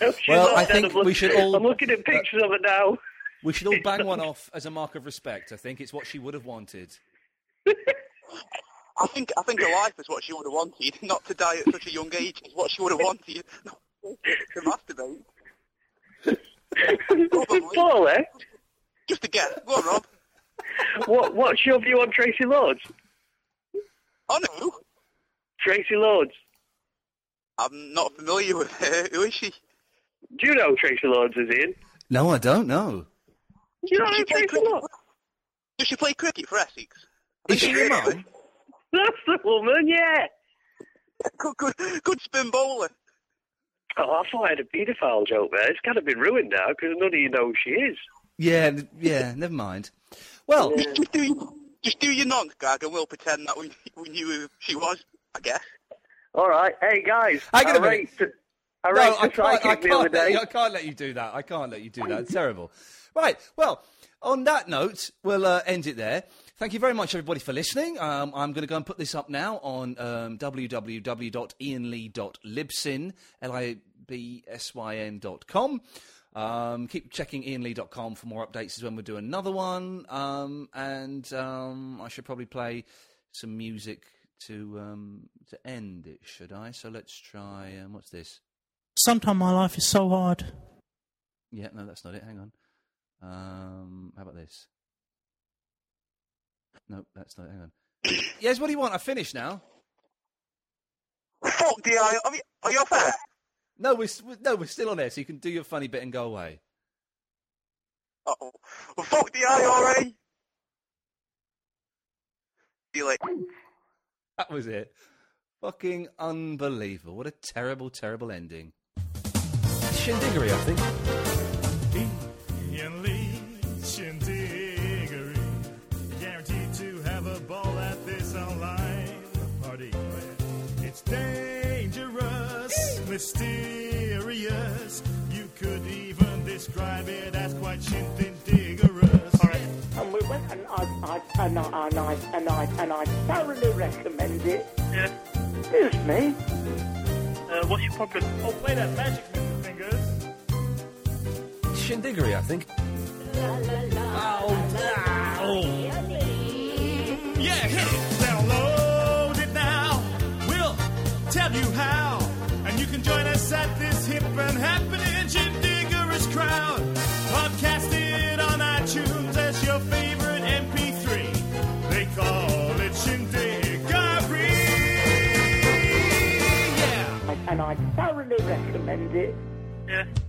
I: She's
A: Well,
I: not
A: I
I: dead.
A: think
I: I'm look-
A: we should all-
I: I'm looking at pictures of it now.
A: We should
I: [laughs]
A: all bang one off as a mark of respect. I think it's what she would have wanted.
G: I think I think her life is what she would have wanted. [laughs] Not to die at such a young age is what she would have wanted. [laughs] Not to masturbate.
I: Paul, eh?
G: Just a guess. Go on, Rob.
I: What, what's your view on Tracy Lords?
G: Oh no,
I: Tracy Lords.
G: I'm not familiar with her. Who is she?
I: Do you know who Tracy Lords is in?
A: No, I don't know.
I: Do you know who Tracy Lords?
G: Does she play cricket for Essex?
A: Is she your mum?
I: [laughs] That's the woman, yeah.
G: [laughs] Good, good, good spin bowler.
I: Oh, I thought I had a paedophile joke there. It's kind of been ruined now because none of you know who she is.
A: Yeah, th- yeah. Never mind. Well,
G: just do your, just do your nonce gag, and we'll pretend that we we knew who she was. I guess.
I: All right. Hey, guys.
A: Hang on a
I: I
A: minute.
I: raked- I raked
A: I
I: a try
A: can't, I
I: kick the other
A: can't let
I: day.
A: you, I can't let you do that. I can't let you do that. It's terrible. Right. Well, on that note, we'll uh, end it there. Thank you very much, everybody, for listening. Um, I'm going to go and put this up now on um, www.ianlee.libsyn, L-I-B-S-Y-N dot com. Um, keep checking ianlee.com for more updates is when we do another one. Um, and um, I should probably play some music to um, to end it, should I? So let's try, um, what's this?
L: Sometimes my life is so hard.
A: Yeah, no, that's not it. Hang on. Um, how about this? Nope, that's not. Hang on. yes, what do you want? I finished now.
G: Fuck the eye. Are you, are you off air?
A: No, we're s- we're- no, we're still on there, so you can do your funny bit and go away.
G: Well, fuck the IRA. See you later.
A: That was it. Fucking unbelievable! What a terrible, terrible ending. Shindiggery, I think.
V: Ian Lee Shindiggery. Guaranteed to have a ball at this online party. It's dangerous, mysterious. You could even describe it as quite shindiggerous. All right.
E: And we went and I, I, and I, and I, and I, and I thoroughly recommend it.
V: Yeah.
E: Excuse me.
V: Uh, what's your problem? Oh, play that magic with your fingers.
A: Shindiggery, I think.
V: Yeah, hit it. Download it now. We'll tell you how. And you can join us at this hip and happening Shindiggerous crowd. Podcast it on iTunes as your favorite MP3. They call it Shindiggery. Yeah.
E: And I thoroughly recommend it.
V: Yeah.